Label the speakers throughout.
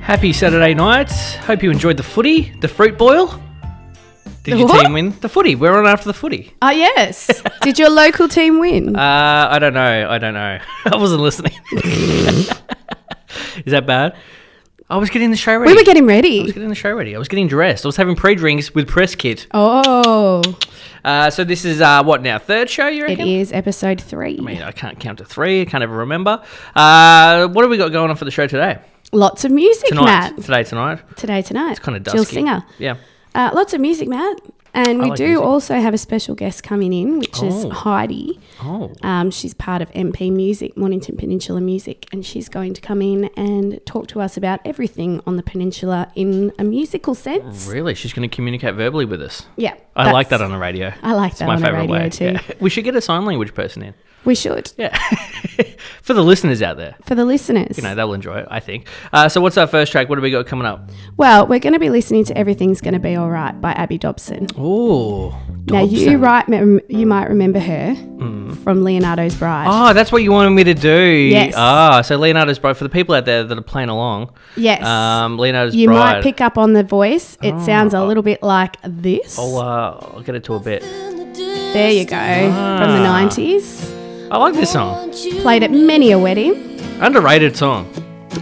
Speaker 1: Happy Saturday night. Hope you enjoyed the footy, the fruit boil. Did
Speaker 2: The
Speaker 1: your
Speaker 2: what?
Speaker 1: team win? The footy. We're on after the footy.
Speaker 2: Ah, yes. Did your local team win?
Speaker 1: Uh, I don't know. I don't know. I wasn't listening. Is that bad? I was getting the show ready.
Speaker 2: we were getting
Speaker 1: I was
Speaker 2: ready.
Speaker 1: getting the show ready. I was getting dressed. I was having pre-drinks with press kit.
Speaker 2: Oh,
Speaker 1: Uh, so this is uh, what now? Third show you
Speaker 2: it
Speaker 1: reckon?
Speaker 2: is episode three.
Speaker 1: I mean, I can't count to three. I can't ever remember. Uh, what have we got going on for the show today?
Speaker 2: Lots of music,
Speaker 1: Tonight.
Speaker 2: Matt.
Speaker 1: Today, tonight.
Speaker 2: Today, tonight.
Speaker 1: It's kind of dusky.
Speaker 2: Jill Singer.
Speaker 1: Yeah.
Speaker 2: Uh, lots of music, Matt. And we
Speaker 1: like
Speaker 2: do
Speaker 1: music.
Speaker 2: also have a special guest coming in, which
Speaker 1: Oh.
Speaker 2: is Heidi.
Speaker 1: Oh.
Speaker 2: Um, she's part of MP Music, Mornington Peninsula Music, and she's going to come in and talk to us about everything on the peninsula in a musical sense.
Speaker 1: Really? She's going to communicate verbally with us.
Speaker 2: Yeah.
Speaker 1: I like that
Speaker 2: that's-
Speaker 1: on the radio.
Speaker 2: I like
Speaker 1: It's
Speaker 2: that
Speaker 1: my
Speaker 2: on the
Speaker 1: favorite
Speaker 2: radio
Speaker 1: way.
Speaker 2: too.
Speaker 1: Yeah. We should get a sign language person in.
Speaker 2: We should.
Speaker 1: Yeah. For the listeners out there,
Speaker 2: For the listeners.
Speaker 1: you know, they'll enjoy it, I think. Uh, so, what's our first track? What have we got coming up?
Speaker 2: Well, we're going to be listening to Everything's Going to Be All Right by Abby Dobson.
Speaker 1: Oh. Mm.
Speaker 2: Now, you right, mem- you might remember her from Leonardo's Bride.
Speaker 1: Oh, that's what you wanted me to do.
Speaker 2: Yes.
Speaker 1: Ah, so Leonardo's Bride, for the people out there that are playing along,
Speaker 2: yes.
Speaker 1: um, Leonardo's
Speaker 2: you
Speaker 1: Bride. Ah.
Speaker 2: might pick up on the voice. It sounds a little bit like this.
Speaker 1: I'll, uh, I'll get it to a bit.
Speaker 2: There you go.
Speaker 1: ah.
Speaker 2: From the 90s.
Speaker 1: I like this song.
Speaker 2: Played at many a wedding.
Speaker 1: Underrated song.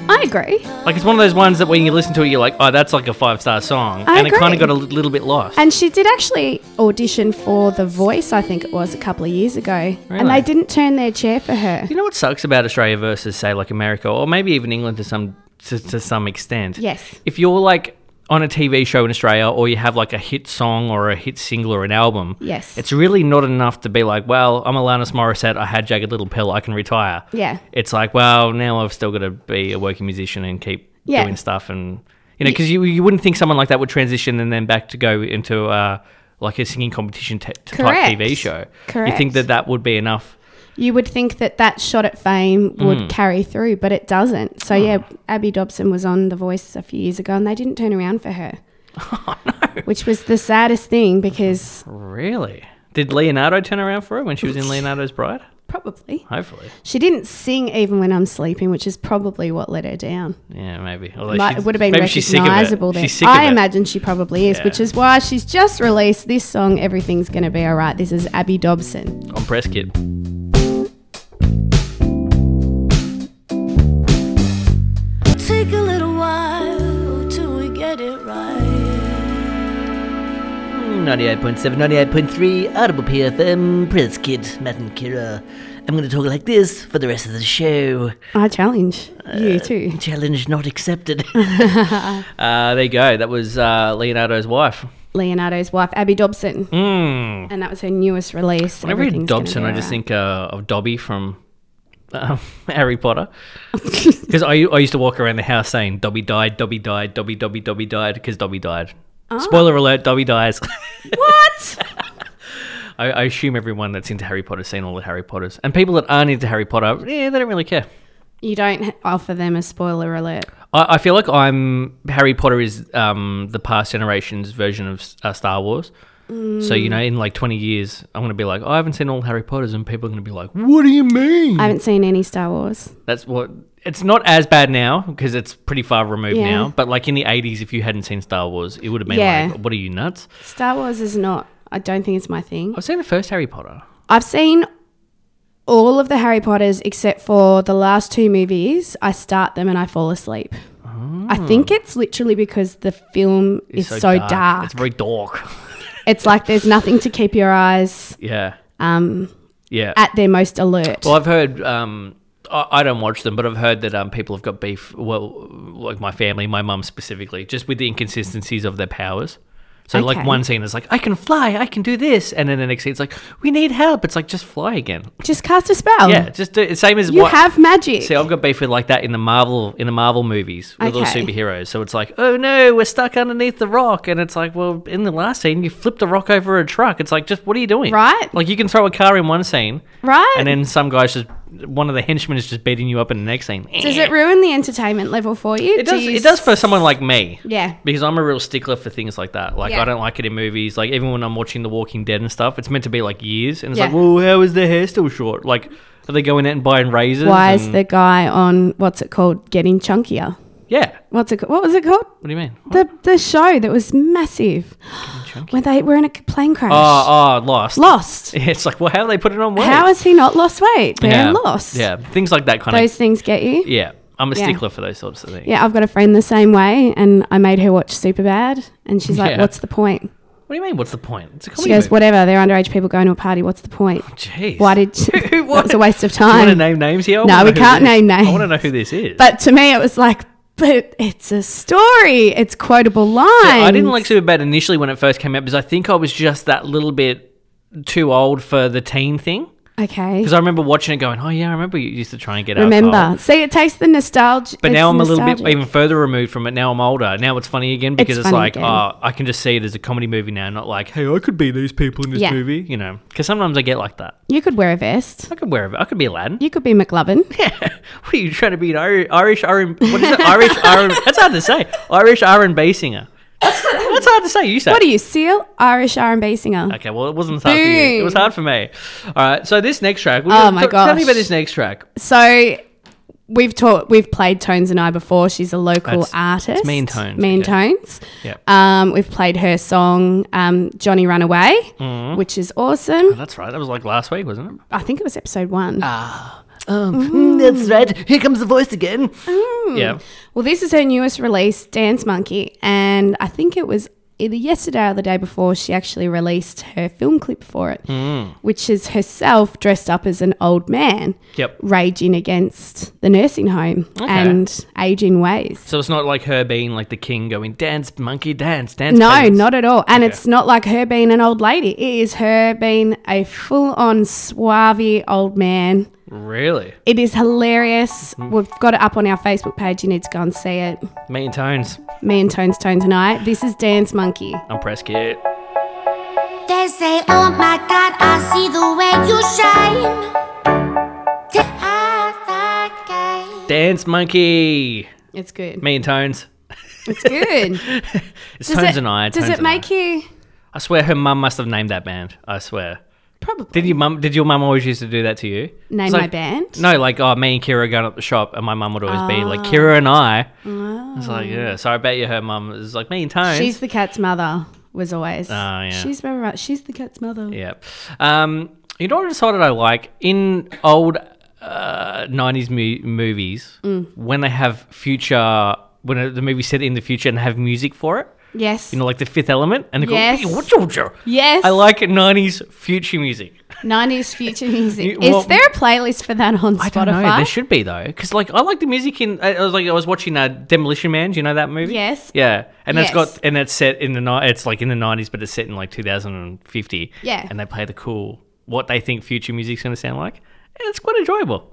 Speaker 2: I agree.
Speaker 1: Like, it's one of those ones that when you listen to it, you're like, oh, that's like a five star song.
Speaker 2: I
Speaker 1: and it kind of
Speaker 2: agree.
Speaker 1: got a li- little bit lost.
Speaker 2: And she did actually audition for The Voice, I think it was, a couple of years ago.
Speaker 1: Really?
Speaker 2: And they didn't turn their chair for her.
Speaker 1: You know what sucks about Australia versus say like America or maybe even England to some to, to some extent.
Speaker 2: Yes.
Speaker 1: If you're like on a TV show in Australia or you have like a hit song or a hit single or an album,
Speaker 2: Yes.
Speaker 1: it's really not enough to be like, well, I'm Alanis Morissette, I had Jagged Little Pill, I can retire.
Speaker 2: Yeah.
Speaker 1: It's like, well, now I've still got to be a working musician and keep
Speaker 2: Yeah.
Speaker 1: doing stuff and you know because you you wouldn't think someone like that would transition and then back to go into uh like a singing competition t- type
Speaker 2: Correct.
Speaker 1: TV show. You think
Speaker 2: Correct.
Speaker 1: that that would be enough?
Speaker 2: You would think that that shot at fame would
Speaker 1: Hmm.
Speaker 2: carry through, but it doesn't. So, yeah, Abby Dobson was on The Voice a few years ago and they didn't turn around for her.
Speaker 1: Oh,
Speaker 2: Which was the saddest thing because
Speaker 1: Really? Did Leonardo turn around for her when she was in Leonardo's Bride?
Speaker 2: probably
Speaker 1: Hopefully.
Speaker 2: she didn't sing even when I'm sleeping, which is probably what let her down.
Speaker 1: Yeah, maybe. Although
Speaker 2: Might-
Speaker 1: she's-
Speaker 2: it would have been
Speaker 1: maybe she's sick of it.
Speaker 2: recognizable then.
Speaker 1: She's sick
Speaker 2: I
Speaker 1: of it.
Speaker 2: imagine she probably is,
Speaker 1: Yeah.
Speaker 2: which is why she's just released this song, Everything's Gonna Be Alright. This is Abby Dobson.
Speaker 1: on press kit.
Speaker 3: Take a little while till we get it right.
Speaker 4: 98.7, 98.3, Audible PFM, Prez Kid, Matt and Kira. I'm going to talk like this for the rest of the show.
Speaker 2: I challenge you too.
Speaker 4: Challenge not accepted.
Speaker 1: Uh, there you go. That was uh, Leonardo's wife.
Speaker 2: Leonardo's wife, Abby Dobson.
Speaker 1: Mm.
Speaker 2: And that was her newest release.
Speaker 1: Whenever I read
Speaker 2: Everything's Gonna
Speaker 1: Dobson,
Speaker 2: Be
Speaker 1: I just
Speaker 2: Alright.
Speaker 1: think uh, of Dobby from um, Harry Potter. Because I, I used to walk around the house saying, Dobby died, Dobby died, Dobby, Dobby, Dobby died, because Dobby died. Spoiler alert, Dobby dies.
Speaker 2: What?
Speaker 1: I, I assume everyone that's into Harry Potter's seen all the Harry Potters. And people that aren't into Harry Potter, yeah, they don't really care.
Speaker 2: You don't h- offer them a spoiler alert.
Speaker 1: I, I feel like I'm Harry Potter is um, the past generation's version of S- uh, Star Wars. So you know, in like 20 years, I'm gonna be like, "Oh, I haven't seen all Harry Potters, and people are gonna be like, "What do you mean?"
Speaker 2: I haven't seen any Star Wars.
Speaker 1: That's what. It's not as bad now because it's pretty far removed
Speaker 2: Yeah.
Speaker 1: now. But like in the 80s, if you hadn't seen Star Wars, it would have been
Speaker 2: Yeah.
Speaker 1: like, "What are you nuts?"
Speaker 2: Star Wars is not. I don't think it's my thing.
Speaker 1: I've seen the first Harry Potter.
Speaker 2: I've seen all of the Harry Potters except for the last two movies. I start them and I fall asleep. I think it's literally because the film is so, dark.
Speaker 1: Ah. It's
Speaker 2: It's,
Speaker 1: very dark.
Speaker 2: like there's nothing to keep your eyes
Speaker 1: yeah.
Speaker 2: um,
Speaker 1: Yeah.
Speaker 2: at their most alert.
Speaker 1: Well, I've heard. Um, I, I don't watch them, but I've heard that um, people have got beef. Well, like my family, my mum specifically, just with the inconsistencies of their powers. So, like
Speaker 2: Okay.
Speaker 1: one scene is like, "I can fly, I can do this," and then the next scene it's like, "We need help." It's like just fly again.
Speaker 2: Just cast a spell.
Speaker 1: Yeah, just do, same as
Speaker 2: Oh. You
Speaker 1: what.
Speaker 2: have magic.
Speaker 1: See, I've got beef with like that in the Marvel in the Marvel movies with all
Speaker 2: Okay.
Speaker 1: superheroes. So it's like, oh no, we're stuck underneath the rock, and it's like, well, in the last scene, you flipped the rock over a truck. It's like, just what are you doing?
Speaker 2: Right.
Speaker 1: Like you can throw a car in one scene,
Speaker 2: Right.
Speaker 1: And then some guys just one of the henchmen is just beating you up in the next scene.
Speaker 2: does it ruin the entertainment level for you?
Speaker 1: It
Speaker 2: Do
Speaker 1: does.
Speaker 2: you
Speaker 1: It does for someone like me.
Speaker 2: Yeah.
Speaker 1: Because I'm a real stickler for things like that. Like
Speaker 2: Yeah.
Speaker 1: I don't like it in movies. Like even when I'm watching The Walking Dead and stuff, it's meant to be like years, and it's like,
Speaker 2: Yeah.
Speaker 1: well, how is their hair still short? Like, are they going out and buying razors?
Speaker 2: Why
Speaker 1: and-
Speaker 2: is the guy on what's it called getting chunkier?
Speaker 1: Yeah.
Speaker 2: What's it? ca- What was it called?
Speaker 1: What do you mean? What?
Speaker 2: The the show that was massive,
Speaker 1: Chunky?
Speaker 2: where they were in a plane crash.
Speaker 1: Oh, oh, lost.
Speaker 2: lost.
Speaker 1: Yeah, It's like, well, how do they put it on weight?
Speaker 2: How has he not lost weight? They're
Speaker 1: yeah.
Speaker 2: lost.
Speaker 1: Yeah, things like that kind
Speaker 2: Those
Speaker 1: of.
Speaker 2: things get you.
Speaker 1: Yeah, I'm a
Speaker 2: Yeah.
Speaker 1: stickler for those sorts of things.
Speaker 2: Yeah, I've got a friend the same way, and I made her watch Superbad, and she's like,
Speaker 1: Yeah.
Speaker 2: "What's the point?"
Speaker 1: What do you mean? What's the point? It's a comedy.
Speaker 2: She goes,
Speaker 1: movie.
Speaker 2: "Whatever, they're underage people going to a party. What's the point?
Speaker 1: Jeez.
Speaker 2: Why did
Speaker 1: Who- who-
Speaker 2: that
Speaker 1: what?
Speaker 2: was a waste of
Speaker 1: Do you want to
Speaker 2: time?"
Speaker 1: name names here? I
Speaker 2: No,
Speaker 1: wanna
Speaker 2: we
Speaker 1: know who
Speaker 2: can't
Speaker 1: this-
Speaker 2: name
Speaker 1: I want to
Speaker 2: names.
Speaker 1: know who this is.
Speaker 2: But to me, it was like, "But it's a story. It's quotable lines."
Speaker 1: I didn't like Superbad initially when it first came out because I think I was just that little bit too old for the teen thing.
Speaker 2: Okay.
Speaker 1: Because I remember watching it going, oh, yeah, I remember you used to try and get
Speaker 2: Remember,
Speaker 1: alcohol.
Speaker 2: see, it takes the nostalgia.
Speaker 1: oh. But now I'm a little bit even further removed from it. Now I'm older. Now it's funny again because it's,
Speaker 2: funny
Speaker 1: like,
Speaker 2: again.
Speaker 1: oh, I can just see it as a comedy movie now, not like, hey, I could be these people in this
Speaker 2: Yeah.
Speaker 1: movie, you know. Because sometimes I get like that.
Speaker 2: You could wear a vest.
Speaker 1: I could wear it. I could be Aladdin.
Speaker 2: You could be McLovin.
Speaker 1: Yeah. What are you trying to be an Ir- Irish R and what is it? Irish R and that's hard to say. Irish R and B singer. That's, that's hard to say. You say.
Speaker 2: What are you, Seal? Irish R&B singer.
Speaker 1: Okay, well, it wasn't hard for you. It was
Speaker 2: Boom.
Speaker 1: hard for me. All right, so this next track.
Speaker 2: Oh
Speaker 1: t-
Speaker 2: my
Speaker 1: Tell me about
Speaker 2: gosh.
Speaker 1: this next track.
Speaker 2: So we've taught, we've played Tones and I before. She's a local
Speaker 1: That's-
Speaker 2: artist.
Speaker 1: it's Mean Tones,
Speaker 2: Mean
Speaker 1: okay.
Speaker 2: Tones.
Speaker 1: Yeah,
Speaker 2: Um, we've played her song um, "Johnny Runaway,"
Speaker 1: Mm-hmm.
Speaker 2: which is awesome.
Speaker 1: that's right. That was like last week, wasn't it?
Speaker 2: I think it was episode one.
Speaker 3: Mm.
Speaker 4: Um, That's right. Here comes the voice again.
Speaker 2: Hmm.
Speaker 1: Yeah.
Speaker 2: Well, this is her newest release, Dance Monkey, and I think it was either yesterday or the day before she actually released her film clip for it, which is herself dressed up as an old man,
Speaker 1: Yep.
Speaker 2: raging against the nursing home and aging ways.
Speaker 1: So it's not like her being like the king going dance monkey dance dance.
Speaker 2: No,
Speaker 1: peasants."
Speaker 2: not at all. And
Speaker 1: Okay.
Speaker 2: it's not like her being an old lady. It is her being a full on suave old man.
Speaker 1: really.
Speaker 2: It is hilarious. We've got it up on our Facebook page. You need to go and see it.
Speaker 1: Mean tones.
Speaker 2: Me and Tones Tone tonight. This is Dance Monkey.
Speaker 1: I'm press kit.
Speaker 5: They say, oh my god, I see the way you shine. Th- I like it.
Speaker 1: Dance monkey.
Speaker 2: It's good.
Speaker 1: Mean tones.
Speaker 2: It's good.
Speaker 1: It's
Speaker 2: Does
Speaker 1: tones
Speaker 2: it,
Speaker 1: and I.
Speaker 2: Does
Speaker 1: Tones
Speaker 2: it
Speaker 1: and I.
Speaker 2: make you?
Speaker 1: I swear, her mum must have named that band. I swear.
Speaker 2: Probably.
Speaker 1: Did your mum? Did your mum always used to do that to you?
Speaker 2: Name
Speaker 1: It's
Speaker 2: my
Speaker 1: like-
Speaker 2: band?
Speaker 1: No, like oh, me and Kira going up the shop, and my mum would always be
Speaker 2: Ah.
Speaker 1: like, "Kira and I." It's like yeah. So I bet you her mum is like me and Tone.
Speaker 2: She's the cat's mother. Was always. Oh
Speaker 1: Ah, yeah.
Speaker 2: She's very right. She's the cat's mother.
Speaker 1: yeah. Um, you know what I decided I like in old uh, '90s mu- movies
Speaker 2: Mm.
Speaker 1: when they have future when the movie's set in the future and have music for it.
Speaker 2: Yes.
Speaker 1: You know, like the Fifth Element, and they go,
Speaker 2: Yes.
Speaker 1: "Hey, what, Georgia?"
Speaker 2: yes.
Speaker 1: I like '90s future music.
Speaker 2: 90s future music.
Speaker 1: You- well-
Speaker 2: is there a playlist for that on
Speaker 1: I
Speaker 2: Spotify?
Speaker 1: don't know. There should be though, because like I like the music in. I I was like I was watching uh, Demolition Man. Do you know that movie?
Speaker 2: Yes.
Speaker 1: Yeah, and it's
Speaker 2: Yes.
Speaker 1: got and it's set in the ni- It's like in the nineties, but it's set in like two thousand and fifty.
Speaker 2: Yeah.
Speaker 1: and they play the cool what they think future music's going to sound like, and it's quite enjoyable.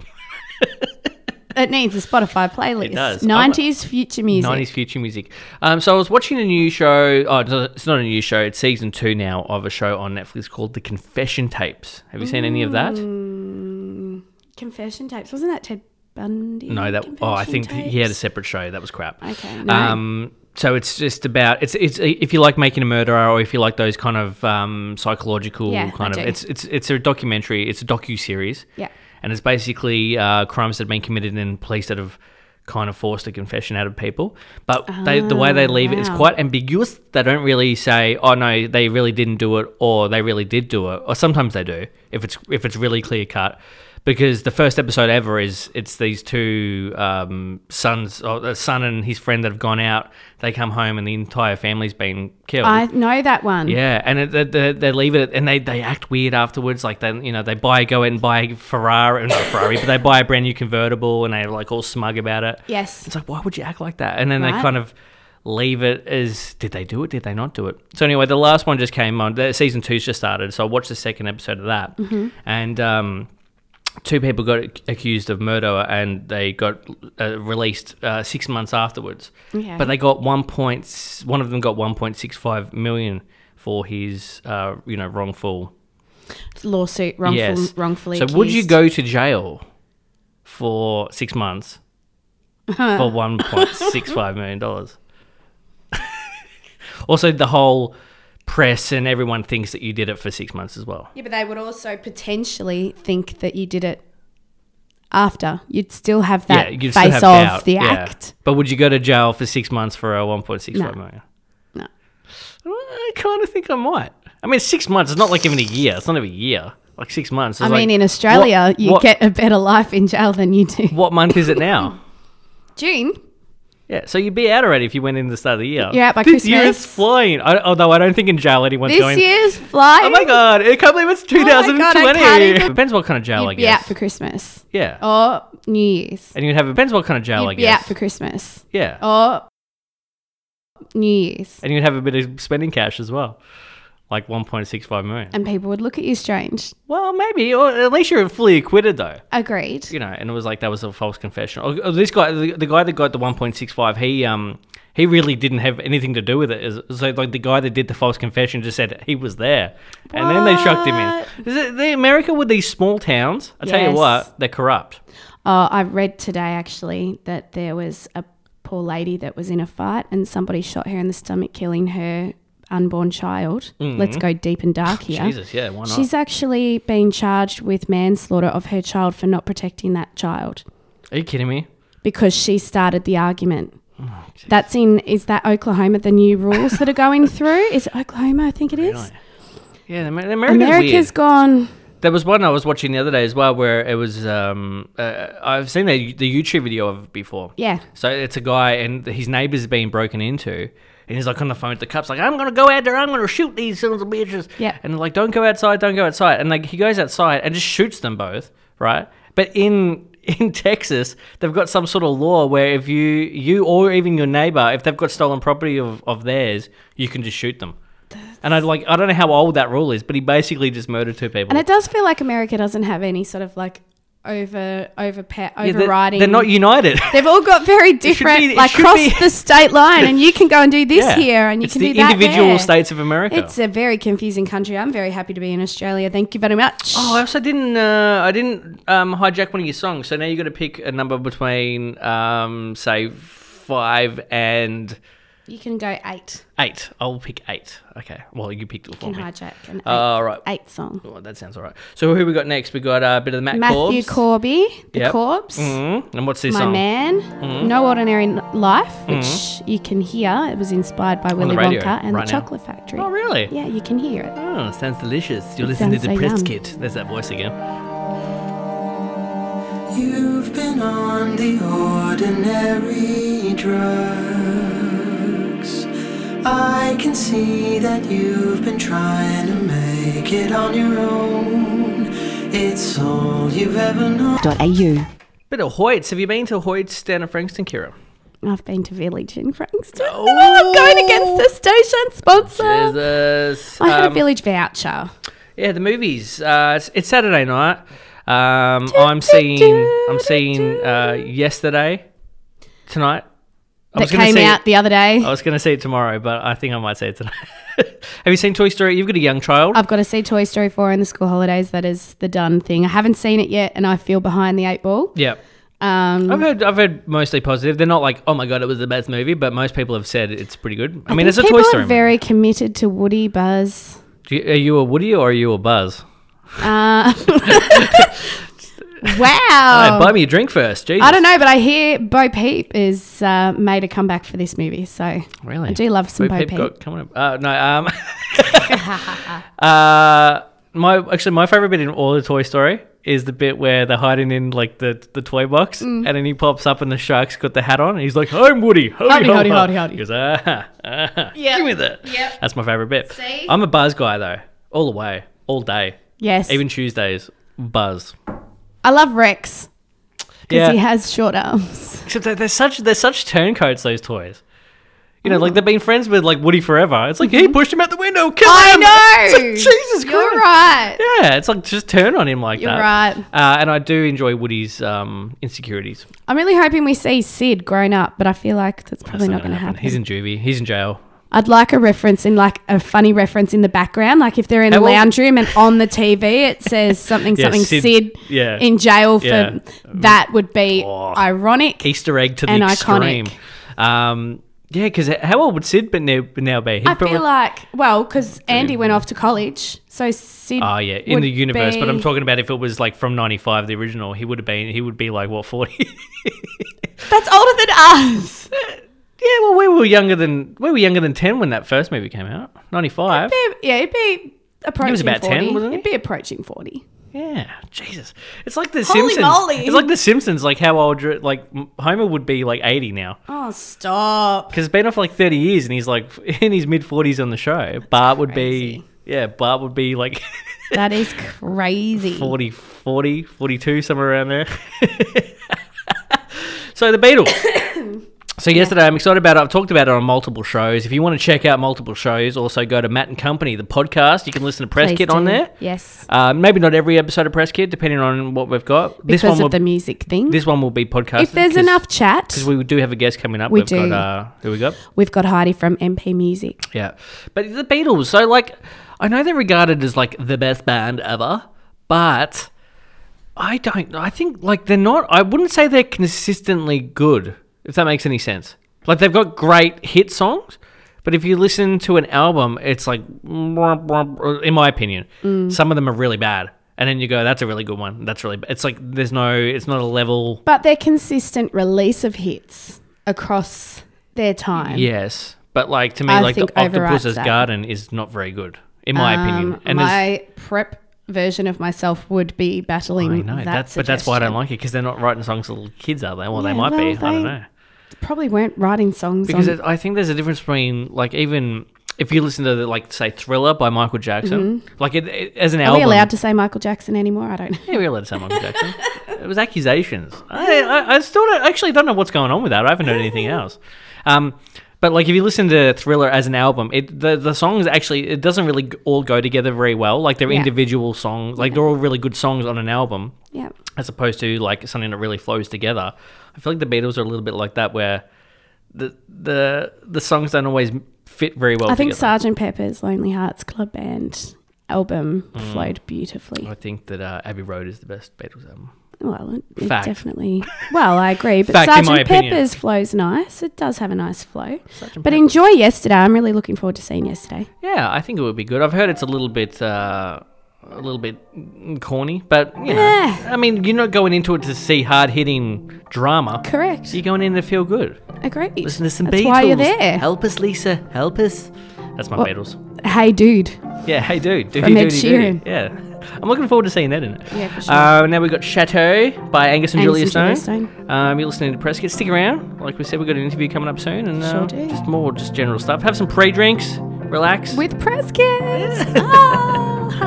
Speaker 2: It needs a Spotify playlist. It
Speaker 1: does.
Speaker 2: 90s future music.
Speaker 1: Nineties future music. Um, so I was watching a new show. Oh, it's not- it's not a new show. It's season two now of a show on Netflix called The Confession Tapes. Have you seen any of that?
Speaker 2: Mm, Confession tapes. Wasn't that Ted Bundy?
Speaker 1: No, that. Oh, I think
Speaker 2: confession
Speaker 1: he had a
Speaker 2: tapes?
Speaker 1: separate show. That was crap.
Speaker 2: Okay, no.
Speaker 1: Um, so it's just about it's it's if you like making a murderer or if you like those kind of um, psychological
Speaker 2: Yeah,
Speaker 1: kind
Speaker 2: I
Speaker 1: of
Speaker 2: do.
Speaker 1: it's it's it's a documentary. It's a docu series.
Speaker 2: Yeah.
Speaker 1: And it's basically uh, crimes that have been committed and police that have kind of forced a confession out of people. But they, the way they leave it is
Speaker 2: wow.
Speaker 1: quite ambiguous. They don't really say, "Oh no, they really didn't do it," or "They really did do it," or sometimes they do if it's if it's really clear cut. Because the first episode ever is it's these two um, sons, or the son and his friend that have gone out. They come home and the entire family's been killed.
Speaker 2: I know that one.
Speaker 1: Yeah, and it, they, they, they leave it, and they, they act weird afterwards. Like they, you know, they buy go out and buy a Ferrari, not a Ferrari, but they buy a brand new convertible, and they're like all smug about it.
Speaker 2: Yes.
Speaker 1: It's like, why would you act like that? And then they
Speaker 2: Right.
Speaker 1: kind of leave it as, did they do it? Did they not do it? So anyway, the last one just came on. The season two's just started, so I watched the second episode of that, and um, two people got ac- accused of murder, and they got uh, released uh, six months afterwards.
Speaker 2: Okay.
Speaker 1: But they got one point. One of them got one point six five million for his, uh, you know, wrongful.
Speaker 2: Lawsuit, wrongful,
Speaker 1: yes,
Speaker 2: wrongfully.
Speaker 1: So would you
Speaker 2: accused.
Speaker 1: go to jail for six months for one point six five million dollars? also, the whole press and everyone thinks that you did it for six months as well.
Speaker 2: Yeah, but they would also potentially think that you did it after. You'd still have that
Speaker 1: you'd still
Speaker 2: face
Speaker 1: have
Speaker 2: of
Speaker 1: doubt,
Speaker 2: the
Speaker 1: yeah.
Speaker 2: act.
Speaker 1: But would you go to jail for six months for a one point six five
Speaker 2: No.
Speaker 1: million?
Speaker 2: No.
Speaker 1: Well, I kind of think I might. I mean, six months. It's not like even a year. It's not even a year. Like six months.
Speaker 2: I
Speaker 1: It's
Speaker 2: mean,
Speaker 1: like,
Speaker 2: in Australia,
Speaker 1: what-
Speaker 2: you
Speaker 1: what-
Speaker 2: get a better life in jail than you do.
Speaker 1: What month is it now?
Speaker 2: June?
Speaker 1: yeah, so you'd be out already if you went in the start of the year.
Speaker 2: You're out by
Speaker 1: this year is
Speaker 2: Christmas.
Speaker 1: flying. I, although I don't think in jail anyone's
Speaker 2: This
Speaker 1: going.
Speaker 2: year's flying.
Speaker 1: Oh my god! I can't believe it's
Speaker 2: my
Speaker 1: 2020.
Speaker 2: God, I can't even-
Speaker 1: Depends what kind of jail, I
Speaker 2: You'd be out
Speaker 1: guess.
Speaker 2: for Christmas
Speaker 1: yeah.
Speaker 2: or New Year's.
Speaker 1: And you'd have depends what kind of jail, I
Speaker 2: You'd be
Speaker 1: guess.
Speaker 2: out for Christmas Oh.
Speaker 1: yeah.
Speaker 2: or New Year's.
Speaker 1: And you'd have a bit of spending cash as well, like 1.65 million.
Speaker 2: And people would look at you strange.
Speaker 1: Well, maybe, or at least you're fully acquitted though.
Speaker 2: Agreed.
Speaker 1: you know, and it was like that was a false confession. Or, or this guy, the, the guy that got the one point six five, he um he really didn't have anything to do with it. Is- So like the guy that did the false confession just said he was there, and then they chucked him in. Is it, the America with these small towns? I tell you
Speaker 2: Yes.
Speaker 1: what, they're corrupt.
Speaker 2: Uh, I read today actually that there was a poor lady that was in a fight and somebody shot her in the stomach, killing her unborn child. Let's go deep and dark here.
Speaker 1: Hmm. Jesus, yeah, why not?
Speaker 2: She's actually been charged with manslaughter of her child for not protecting that child
Speaker 1: Are you kidding me?
Speaker 2: because she started the argument.
Speaker 1: Oh,
Speaker 2: That's in, is that Oklahoma, the new rules that are going through? Is it Oklahoma? I think it is.
Speaker 1: Yeah, the Amer- the America's, weird.
Speaker 2: America's gone.
Speaker 1: There was one I was watching the other day as well, where it was. Um, uh, I've seen the, the YouTube video of it before.
Speaker 2: Yeah.
Speaker 1: So it's a guy and his neighbor's being broken into, and he's like on the phone with the cops, like, "I'm gonna go out there, I'm gonna shoot these sons of bitches."
Speaker 2: Yeah.
Speaker 1: And they're like, "Don't go outside, don't go outside." And like he goes outside and just shoots them both, right? But in in Texas, they've got some sort of law where if you you or even your neighbor, if they've got stolen property of of theirs, you can just shoot them. And I like I don't know how old that rule is, but he basically just murdered two people.
Speaker 2: And it does feel like America doesn't have any sort of like over, over,
Speaker 1: Yeah, they're-
Speaker 2: overriding.
Speaker 1: They're, not united.
Speaker 2: They've all got very different,
Speaker 1: be- it
Speaker 2: like
Speaker 1: should
Speaker 2: cross
Speaker 1: be-
Speaker 2: the state line, and you can go and do this
Speaker 1: Yeah.
Speaker 2: here, and you
Speaker 1: it's
Speaker 2: can
Speaker 1: the
Speaker 2: do that
Speaker 1: individual
Speaker 2: there.
Speaker 1: states of America.
Speaker 2: It's a very confusing country. I'm very happy to be in Australia. Thank you very much.
Speaker 1: Oh, I also didn't. Uh, I didn't um, hijack one of your songs. So now you got to pick a number between, um, say, five and
Speaker 2: you can go eight.
Speaker 1: eight. I'll pick eight. Okay. Well, you picked it for
Speaker 2: You can
Speaker 1: me. Uh,
Speaker 2: hijack an eight,
Speaker 1: All right.
Speaker 2: eight song.
Speaker 1: Oh, that sounds all right. So who we got next? We got uh, a bit of the Matt
Speaker 2: Matthew
Speaker 1: Corbs.
Speaker 2: Corby, the
Speaker 1: Yep.
Speaker 2: Corpse,
Speaker 1: Mhm. And what's this
Speaker 2: my
Speaker 1: song? Mm-hmm.
Speaker 2: man, No Ordinary N- Life, which you can hear. It was inspired by Willy
Speaker 1: radio
Speaker 2: Wonka and
Speaker 1: right
Speaker 2: the
Speaker 1: now.
Speaker 2: Chocolate Factory.
Speaker 1: Oh, really?
Speaker 2: Yeah, you can hear it.
Speaker 1: Oh, sounds delicious. You're listening to
Speaker 2: sounds
Speaker 1: the
Speaker 2: so
Speaker 1: press
Speaker 2: yum.
Speaker 1: kit. There's that voice again.
Speaker 6: You've been on the ordinary drugs. I can see that you've been trying to make it on your own. It's all you've ever known.
Speaker 7: au.
Speaker 1: Bit of Hoyts. Have you been to Hoyts down at Frankston, Kira?
Speaker 2: I've been to Village in Frankston. I'm going against the station sponsor.
Speaker 1: Jesus.
Speaker 2: Uh, I had a
Speaker 1: Um,
Speaker 2: village voucher.
Speaker 1: Yeah, the movies. Uh, it's, it's Saturday night. Um,
Speaker 2: Doo,
Speaker 1: I'm
Speaker 2: doo,
Speaker 1: seeing.
Speaker 2: doo,
Speaker 1: I'm
Speaker 2: doo,
Speaker 1: seeing
Speaker 2: doo.
Speaker 1: uh, yesterday, tonight. I
Speaker 2: That
Speaker 1: was gonna
Speaker 2: came
Speaker 1: see
Speaker 2: out
Speaker 1: It,
Speaker 2: the other day.
Speaker 1: I was going to see it tomorrow, but I think I might see it tonight. Have you seen Toy Story? You've got a young child.
Speaker 2: I've got to see Toy Story 4 in the school holidays. That is the done thing. I haven't seen it yet, and I feel behind the eight ball.
Speaker 1: yeah.
Speaker 2: Um,
Speaker 1: I've heard. I've heard mostly positive. They're not like, oh my god, it was the best movie, but most people have said it's pretty good. I, mean,
Speaker 2: think
Speaker 1: it's a
Speaker 2: people
Speaker 1: Toy Story.
Speaker 2: are very committed to Woody Buzz.
Speaker 1: movie. Do you- are you a Woody or are you a Buzz?
Speaker 2: Uh,
Speaker 1: Hey,
Speaker 2: wow.
Speaker 1: buy me a drink first. Jesus.
Speaker 2: Um, I don't know, but I hear Bo Peep is uh, made a comeback for this movie. So
Speaker 1: Really?
Speaker 2: I do love some
Speaker 1: Bo
Speaker 2: Bo
Speaker 1: Peep
Speaker 2: Peep.
Speaker 1: got coming up. Uh, no, um, uh, my actually my favorite bit in all the Toy Story is the bit where they're hiding in like the, the toy box,
Speaker 2: Mm.
Speaker 1: and then he pops up and the shark's got the hat on, and he's like, "I'm Woody, howdy,
Speaker 2: Howdy,
Speaker 1: ho,
Speaker 2: howdy,
Speaker 1: ho."
Speaker 2: howdy, howdy.
Speaker 1: He goes, "Ah, ah, ah, give me that."
Speaker 2: Yep.
Speaker 1: That's my favorite bit.
Speaker 2: See?
Speaker 1: I'm a Buzz guy though, all the way, all day,
Speaker 2: yes.
Speaker 1: even Tuesdays, Buzz.
Speaker 2: I love Rex because
Speaker 1: Yeah,
Speaker 2: he has short arms.
Speaker 1: except that they're such they're such turncoats. Those toys. You know, like they've been friends with like Woody forever. It's like he pushed him out the window. Kill him!
Speaker 2: Mm-hmm. I know.
Speaker 1: It's like, Jesus
Speaker 2: You're
Speaker 1: Christ!
Speaker 2: right.
Speaker 1: Yeah, it's like just turn on him like
Speaker 2: You're
Speaker 1: that.
Speaker 2: right.
Speaker 1: Uh, and I do enjoy Woody's um, insecurities.
Speaker 2: I'm really hoping we see Sid grown up, but I feel like that's probably not going to happen.
Speaker 1: He's in juvie. He's in jail.
Speaker 2: I'd like a reference in like a funny reference in the background, like if they're in
Speaker 1: How
Speaker 2: a
Speaker 1: old-
Speaker 2: lounge room and on the TV it says something
Speaker 1: Yeah,
Speaker 2: something
Speaker 1: Sid-
Speaker 2: Sid,
Speaker 1: yeah.
Speaker 2: in jail for
Speaker 1: Yeah. Oh.
Speaker 2: that would be ironic.
Speaker 1: Easter egg to the
Speaker 2: And
Speaker 1: extreme.
Speaker 2: iconic.
Speaker 1: Um, Yeah, because how old would Sid be now, now be? He'd
Speaker 2: I feel like, well, because Andy went off to college, so Sid.
Speaker 1: Oh yeah, in
Speaker 2: would
Speaker 1: the universe. But I'm
Speaker 2: be-
Speaker 1: talking about if it was like from '95, the original, he would have been. He would be like what 40. yeah,
Speaker 2: That's older than us.
Speaker 1: well, we were younger than we were younger than 10 when that first movie came out. '95.
Speaker 2: Be- yeah, it'd be approaching
Speaker 1: about 10,
Speaker 2: 40.
Speaker 1: wasn't he?
Speaker 2: It'd be approaching 40.
Speaker 1: Yeah, Jesus, it's like the
Speaker 2: Holy
Speaker 1: Simpsons.
Speaker 2: moly.
Speaker 1: It's like the Simpsons. Like how old? you're- Like M- Homer would be like 80 now
Speaker 2: Oh, stop.
Speaker 1: because it's been off like 30 years, and he's like in his mid 40s on the show. Bart would be.
Speaker 2: crazy.
Speaker 1: Yeah, Bart would be like
Speaker 2: That is crazy.
Speaker 1: 40, 40, 42, somewhere around there. so the Beatles. so yesterday, I'm excited about it. I've talked about it on multiple shows. If you want to check out multiple shows, also go to Matt and Company, the podcast. You can listen to Press
Speaker 2: Please
Speaker 1: Kit on
Speaker 2: do.
Speaker 1: there.
Speaker 2: Yes.
Speaker 1: Uh, maybe not every episode of Press Kit, depending on what we've got.
Speaker 2: Because
Speaker 1: this one
Speaker 2: of
Speaker 1: will,
Speaker 2: the music thing.
Speaker 1: This one will be podcast.
Speaker 2: if there's enough chat,
Speaker 1: Because we do have a guest coming up.
Speaker 2: We
Speaker 1: We've got
Speaker 2: do.
Speaker 1: uh, who we got?
Speaker 2: we've got Heidi from MP Music.
Speaker 1: Yeah. But the Beatles, so like I know they're regarded as like the best band ever, but I don't I think like they're not I wouldn't say they're consistently good, if that makes any sense. Like they've got great hit songs, but if you listen to an album, it's like in my opinion,
Speaker 2: Mm.
Speaker 1: some of them are really bad. And then you go, that's a really good one. That's really bad. It's like there's no it's not a level
Speaker 2: But their consistent release of hits across their time.
Speaker 1: Yes. But like to me,
Speaker 2: I
Speaker 1: like the
Speaker 2: think overrides
Speaker 1: Octopus's
Speaker 2: that.
Speaker 1: Garden is not very good, in my opinion.
Speaker 2: Um,
Speaker 1: And there's-
Speaker 2: my prep version of myself would be battling
Speaker 1: I know,
Speaker 2: that.
Speaker 1: that's but that's why I don't
Speaker 2: suggestion.
Speaker 1: like it because they're not writing songs to little kids, are they? Well, they
Speaker 2: Yeah,
Speaker 1: might be.
Speaker 2: well,
Speaker 1: I don't
Speaker 2: they-
Speaker 1: know.
Speaker 2: Probably weren't writing songs
Speaker 1: Because
Speaker 2: on,
Speaker 1: it, I think there's a difference between like even if you listen to the, like say Thriller by Michael Jackson, like it, it- as an
Speaker 2: Mm-hmm. Are
Speaker 1: album.
Speaker 2: we allowed to say Michael Jackson anymore? I don't know.
Speaker 1: Yeah, we're allowed to say Michael Jackson. it was accusations. I, I, I still don't, actually don't know what's going on with that. I haven't heard anything
Speaker 2: Mm.
Speaker 1: else. Um, but like if you listen to Thriller as an album, it the, the songs actually it doesn't really g- all go together very well. Like they're
Speaker 2: Yeah.
Speaker 1: individual songs. Like they're all really good songs on an album.
Speaker 2: Yeah.
Speaker 1: as opposed to like something that really flows together. I feel like the Beatles are a little bit like that, where the the the songs don't always fit very well.
Speaker 2: I think
Speaker 1: together.
Speaker 2: Sergeant Pepper's Lonely Hearts Club Band album
Speaker 1: Mm.
Speaker 2: flowed beautifully.
Speaker 1: I think that uh, Abbey Road is the best Beatles album.
Speaker 2: Well, it, it
Speaker 1: Fact.
Speaker 2: definitely. Well, I agree, but
Speaker 1: Fact, in my
Speaker 2: Sergeant
Speaker 1: opinion.
Speaker 2: Pepper's flows nice. It does have a nice flow. but enjoy yesterday. I'm really looking forward to seeing yesterday.
Speaker 1: Yeah, I think it would be good. I've heard it's a little bit. Uh, a little bit corny, but you know,
Speaker 2: Yeah.
Speaker 1: I mean, you're not going into it to see hard hitting drama.
Speaker 2: Correct.
Speaker 1: You're going in to feel good.
Speaker 2: Agree.
Speaker 4: Listen to some
Speaker 2: That's
Speaker 4: Beatles.
Speaker 2: why you're there.
Speaker 4: Help us, Lisa. Help us.
Speaker 1: That's my
Speaker 2: Well-
Speaker 1: Beatles.
Speaker 2: Hey, dude.
Speaker 1: Yeah, hey dude, do
Speaker 2: From Ed
Speaker 1: do
Speaker 2: Sheeran.
Speaker 1: Yeah, I'm looking forward to seeing that in it.
Speaker 2: Yeah, for sure.
Speaker 1: Uh, now we've got Chateau by Angus and
Speaker 2: Angus
Speaker 1: Julia
Speaker 2: and
Speaker 1: Stone.
Speaker 2: Julia
Speaker 1: Um, you're listening to Press Kit. Stick around, like we said, we've got an interview coming up soon, and uh,
Speaker 2: Sure do.
Speaker 1: just more just general stuff. Have some pre-drinks, relax.
Speaker 2: With press kids. Oh.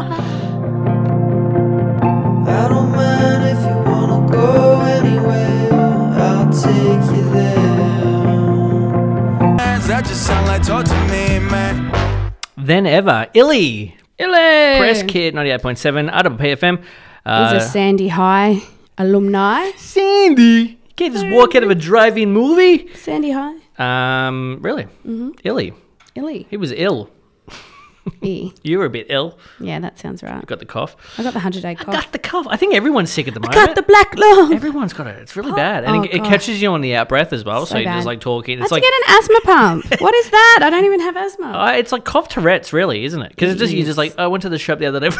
Speaker 6: I don't mind if you wanna go anywhere, I'll take you there. That just sound like talk to me, man.
Speaker 1: then ever, Illy
Speaker 2: Hello.
Speaker 1: Press Kit, 98.7, Audible PFM.
Speaker 2: He's
Speaker 1: Uh,
Speaker 2: a Sandy High alumni.
Speaker 1: Sandy. Can't just walk out of a drive-in movie.
Speaker 2: Sandy High.
Speaker 1: Um, really? Mm-hmm. Illy,
Speaker 2: Illy.
Speaker 1: he was ill.
Speaker 2: E.
Speaker 1: You were a bit ill.
Speaker 2: Yeah, that sounds right.
Speaker 1: Got the cough.
Speaker 2: I got the 100 day cough.
Speaker 1: Got the cough. I think everyone's sick at the moment.
Speaker 2: Oh. Got the black lung.
Speaker 1: Everyone's got it. It's really bad, and
Speaker 2: oh,
Speaker 1: it, it
Speaker 2: God.
Speaker 1: catches you on the out breath as well. So,
Speaker 2: So
Speaker 1: you're just
Speaker 2: bad.
Speaker 1: like talking.
Speaker 2: I had
Speaker 1: It's
Speaker 2: to
Speaker 1: like
Speaker 2: get an asthma pump. what is that? I don't even have asthma.
Speaker 1: uh, it's like cough Tourette's, really, isn't it? Because it's just you just like I went to the shop the other day,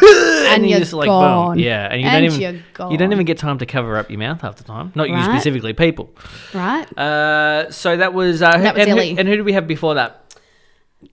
Speaker 1: and,
Speaker 2: you're
Speaker 1: just like
Speaker 2: gone.
Speaker 1: boom, yeah, and you
Speaker 2: And
Speaker 1: don't
Speaker 2: you're
Speaker 1: even you don't
Speaker 2: gone.
Speaker 1: even get time to cover up your mouth half the time. Not you
Speaker 2: Right.
Speaker 1: specifically, people.
Speaker 2: Right?
Speaker 1: Uh, so that was uh, who-
Speaker 2: That was
Speaker 1: and,
Speaker 2: Illy.
Speaker 1: Who, and who did we have before that?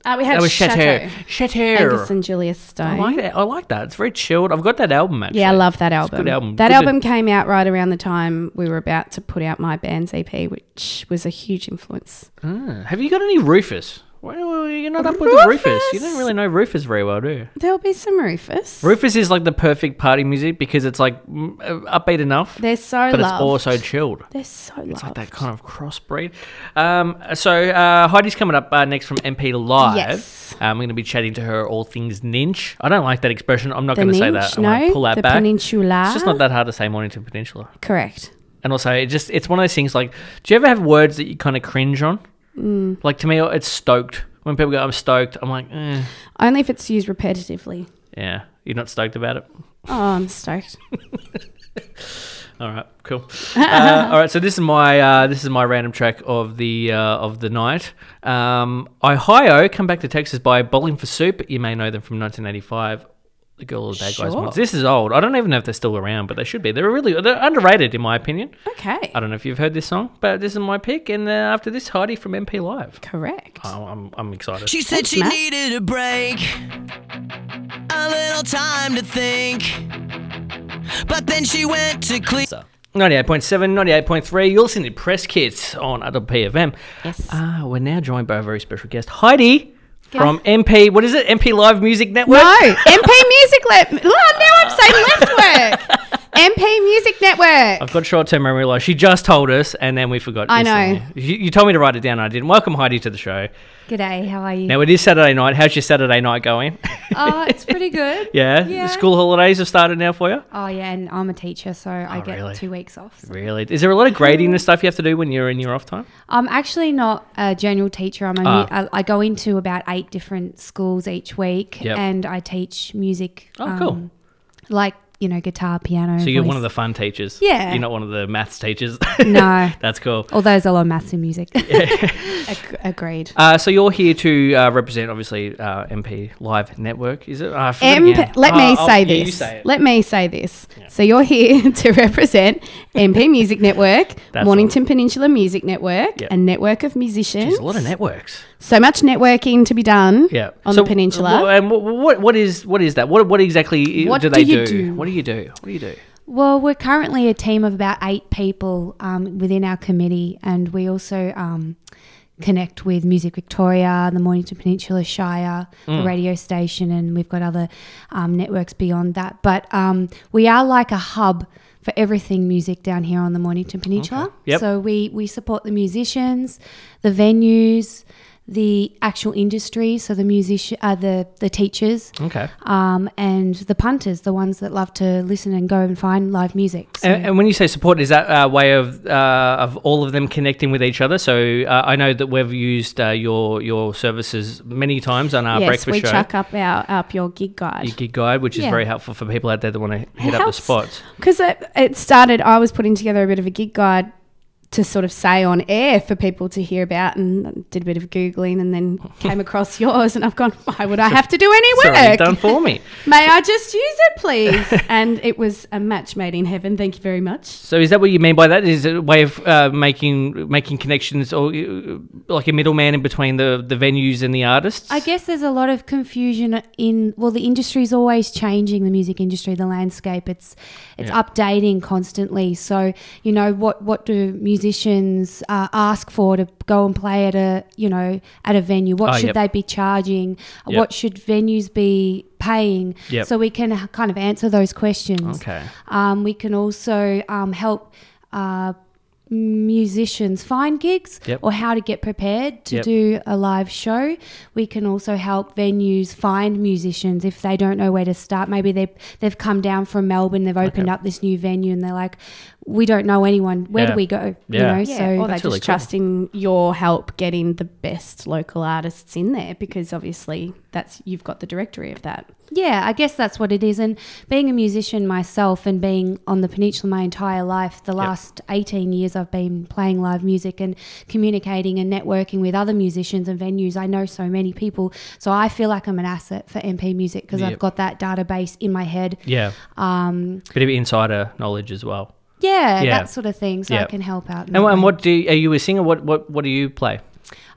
Speaker 2: Uh, we had
Speaker 1: That was
Speaker 2: Chateau.
Speaker 1: Chateau. Chateau.
Speaker 2: Angus and Julia
Speaker 1: I
Speaker 2: Stone.
Speaker 1: like that. I like that. It's very chilled. I've got that album actually.
Speaker 2: yeah, I love that
Speaker 1: a
Speaker 2: album.
Speaker 1: good album.
Speaker 2: That
Speaker 1: Good to-
Speaker 2: album came out right around the time we were about to put out my band's EP, which was a huge influence.
Speaker 1: Ah, Have you got any Rufus? Well, you're not up with the Rufus. You don't really know Rufus very well, do you?
Speaker 2: There'll be some Rufus.
Speaker 1: Rufus is like the perfect party music because it's like mm, uh, upbeat enough,
Speaker 2: They're so
Speaker 1: but it's
Speaker 2: loved.
Speaker 1: also chilled.
Speaker 2: They're so loved.
Speaker 1: It's like that kind of crossbreed. Um, so uh, Heidi's coming up uh, next from MP Live. Uh,
Speaker 2: Yes.
Speaker 1: I'm going to be chatting to her all things ninch. I don't like that expression. I'm not
Speaker 2: The
Speaker 1: going to say
Speaker 2: ninch,
Speaker 1: that. I'm gonna
Speaker 2: no,
Speaker 1: pull that
Speaker 2: the
Speaker 1: back.
Speaker 2: peninsula.
Speaker 1: It's just not that hard to say Mornington Peninsula.
Speaker 2: Correct.
Speaker 1: And also, it just it's one of those things. Like, do you ever have words that you kind of cringe on?
Speaker 2: Mm.
Speaker 1: Like to me, it's stoked. When people go, "I'm stoked," I'm like, eh.
Speaker 2: Only if it's used repetitively.
Speaker 1: yeah, you're not stoked about it.
Speaker 2: Oh, I'm stoked.
Speaker 1: All right, cool. uh, all right, so this is my uh, this is my random track of the uh, of the night. Um, Ohio, come back to Texas by Bowling for Soup. You may know them from 1985. The Girl of the Bad Guys
Speaker 2: Sure.
Speaker 1: Wants. This is old. I don't even know if they're still around, but they should be. They're really they're underrated in my opinion.
Speaker 2: Okay.
Speaker 1: I don't know if you've heard this song, but this is my pick. And uh, after this, Heidi from MP Live.
Speaker 2: Correct.
Speaker 1: Oh, I'm I'm excited.
Speaker 7: She said
Speaker 2: Thanks,
Speaker 7: she
Speaker 2: Matt.
Speaker 7: needed a break, a little time to think. But then she went to Cle-
Speaker 1: 98.7, 98.3. You're listening to Press Kits on Adult PFM.
Speaker 2: Yes.
Speaker 1: Ah, we're now joined by a very special guest, Heidi from MP. What is it? MP Live Music Network.
Speaker 2: No, MP Music Network. now I'm saying left work. MP Music Network.
Speaker 1: I've got short-term memory loss. She just told us, and then we forgot.
Speaker 2: I know.
Speaker 1: instantly. You, you told me to write it down. and I didn't. Welcome, Heidi, to the show.
Speaker 8: G'day, how are you?
Speaker 1: Now it is Saturday night. How's your Saturday night going?
Speaker 8: Oh, it's pretty good.
Speaker 1: yeah?
Speaker 8: Yeah.
Speaker 1: The school holidays have started now for you.
Speaker 8: Oh, yeah, and I'm a teacher, so I get
Speaker 1: Oh, really?
Speaker 8: two weeks off. so-
Speaker 1: Really? Is there a lot of grading and stuff you have to do when you're in your off time?
Speaker 8: I'm actually not a general teacher. I'm a mu-
Speaker 1: Ah.
Speaker 8: I, I go into about eight different schools each week,
Speaker 1: Yep.
Speaker 8: and I teach music.
Speaker 1: Oh, cool.
Speaker 8: um, Like you know, guitar, piano.
Speaker 1: So you're one of the fun teachers.
Speaker 8: Yeah.
Speaker 1: You're not one of the maths teachers.
Speaker 8: No.
Speaker 1: That's cool.
Speaker 8: Although there's a lot of maths in music.
Speaker 2: Ag- agreed.
Speaker 1: Uh, so you're here to uh, represent, obviously, uh, MP Live Network, is it? Uh, I forget again.
Speaker 2: MP, let me
Speaker 1: Uh, I'll-
Speaker 2: say
Speaker 1: yeah, you
Speaker 2: this.
Speaker 1: say it.
Speaker 2: Let me say this. So you're here to represent MP Music Network,
Speaker 1: That's
Speaker 2: Mornington Peninsula Music Network,
Speaker 1: Yeah.
Speaker 2: a network of musicians.
Speaker 1: There's a lot of networks.
Speaker 2: so much networking to be done
Speaker 1: Yeah.
Speaker 2: on
Speaker 1: So
Speaker 2: the peninsula.
Speaker 1: wh- And what, what, what is what is that? What what exactly
Speaker 2: What
Speaker 1: do
Speaker 2: do
Speaker 1: they
Speaker 2: you
Speaker 1: do?
Speaker 2: do?
Speaker 1: What do you do? What do you do?
Speaker 8: Well, we're currently a team of about eight people um, within our committee, and we also um, connect with Music Victoria, the Mornington Peninsula Shire, the radio station, and we've got other um, networks beyond that. But um, we are like a hub for everything music down here on the Mornington Peninsula.
Speaker 1: Yep.
Speaker 8: So we, we support the musicians, the venues, the actual industry, so the musician, uh, the the teachers,
Speaker 1: Okay.
Speaker 8: um, and the punters, the ones that love to listen and go and find live music. So,
Speaker 1: And, and when you say support, is that a way of uh, of all of them connecting with each other? So uh, I know that we've used uh, your your services many times on our
Speaker 2: yes,
Speaker 1: breakfast
Speaker 2: we
Speaker 1: show,
Speaker 2: chuck up our up your gig
Speaker 1: your
Speaker 2: guide
Speaker 1: gig guide, which is
Speaker 8: Yeah.
Speaker 1: very helpful for people out there that want to hit up the
Speaker 2: helps.
Speaker 1: spots.
Speaker 2: because it, it started. I was putting together a bit of a gig guide to sort of say on air for people to hear about, and did a bit of googling, and then came across yours, and I've gone, why would I have to do any
Speaker 1: It's already
Speaker 2: work?
Speaker 1: done for me.
Speaker 2: May I just use it, please? and it was a match made in heaven. Thank you very much.
Speaker 1: So is that what you mean by that? Is it a way of uh, making making connections or uh, like a middleman in between the, the venues and the artists?
Speaker 8: I guess there's a lot of confusion in well, the industry's always changing. The music industry, the landscape, it's it's updating constantly. So you know what what do musicians uh, ask for to go and play at a you know at a venue? What
Speaker 1: Oh, yep.
Speaker 8: should they be charging?
Speaker 1: Yep.
Speaker 8: What should venues be paying?
Speaker 1: Yep.
Speaker 8: So we can h- kind of answer those questions.
Speaker 1: Okay.
Speaker 8: Um, we can also um, help uh, musicians find gigs
Speaker 1: Yep.
Speaker 8: or how to get prepared to
Speaker 1: Yep.
Speaker 8: do a live show. We can also help venues find musicians if they don't know where to start. Maybe they they've come down from Melbourne, they've opened up this new venue, and they're like, "We don't know anyone. Where
Speaker 1: Yeah.
Speaker 8: do we go?"
Speaker 1: Yeah.
Speaker 8: You know,
Speaker 1: Yeah,
Speaker 8: so
Speaker 2: or they
Speaker 1: That's
Speaker 2: just
Speaker 1: really cool.
Speaker 2: trust in your help getting the best local artists in there because obviously that's you've got the directory of that.
Speaker 8: Yeah, I guess that's what it is. And being a musician myself and being on the peninsula my entire life, the last 18 years I've been playing live music and communicating and networking with other musicians and venues. I know so many people. So I feel like I'm an asset for MP Music because
Speaker 1: Yep.
Speaker 8: I've got that database in my head.
Speaker 1: yeah,
Speaker 8: Um, Mm-hmm.
Speaker 1: bit of insider knowledge as well.
Speaker 8: yeah,
Speaker 1: Yeah.
Speaker 8: that sort of thing. So
Speaker 1: Yeah.
Speaker 8: I can help out. in
Speaker 1: And,
Speaker 8: that
Speaker 1: and
Speaker 8: way.
Speaker 1: what do you, are you a singer? What what what do you play?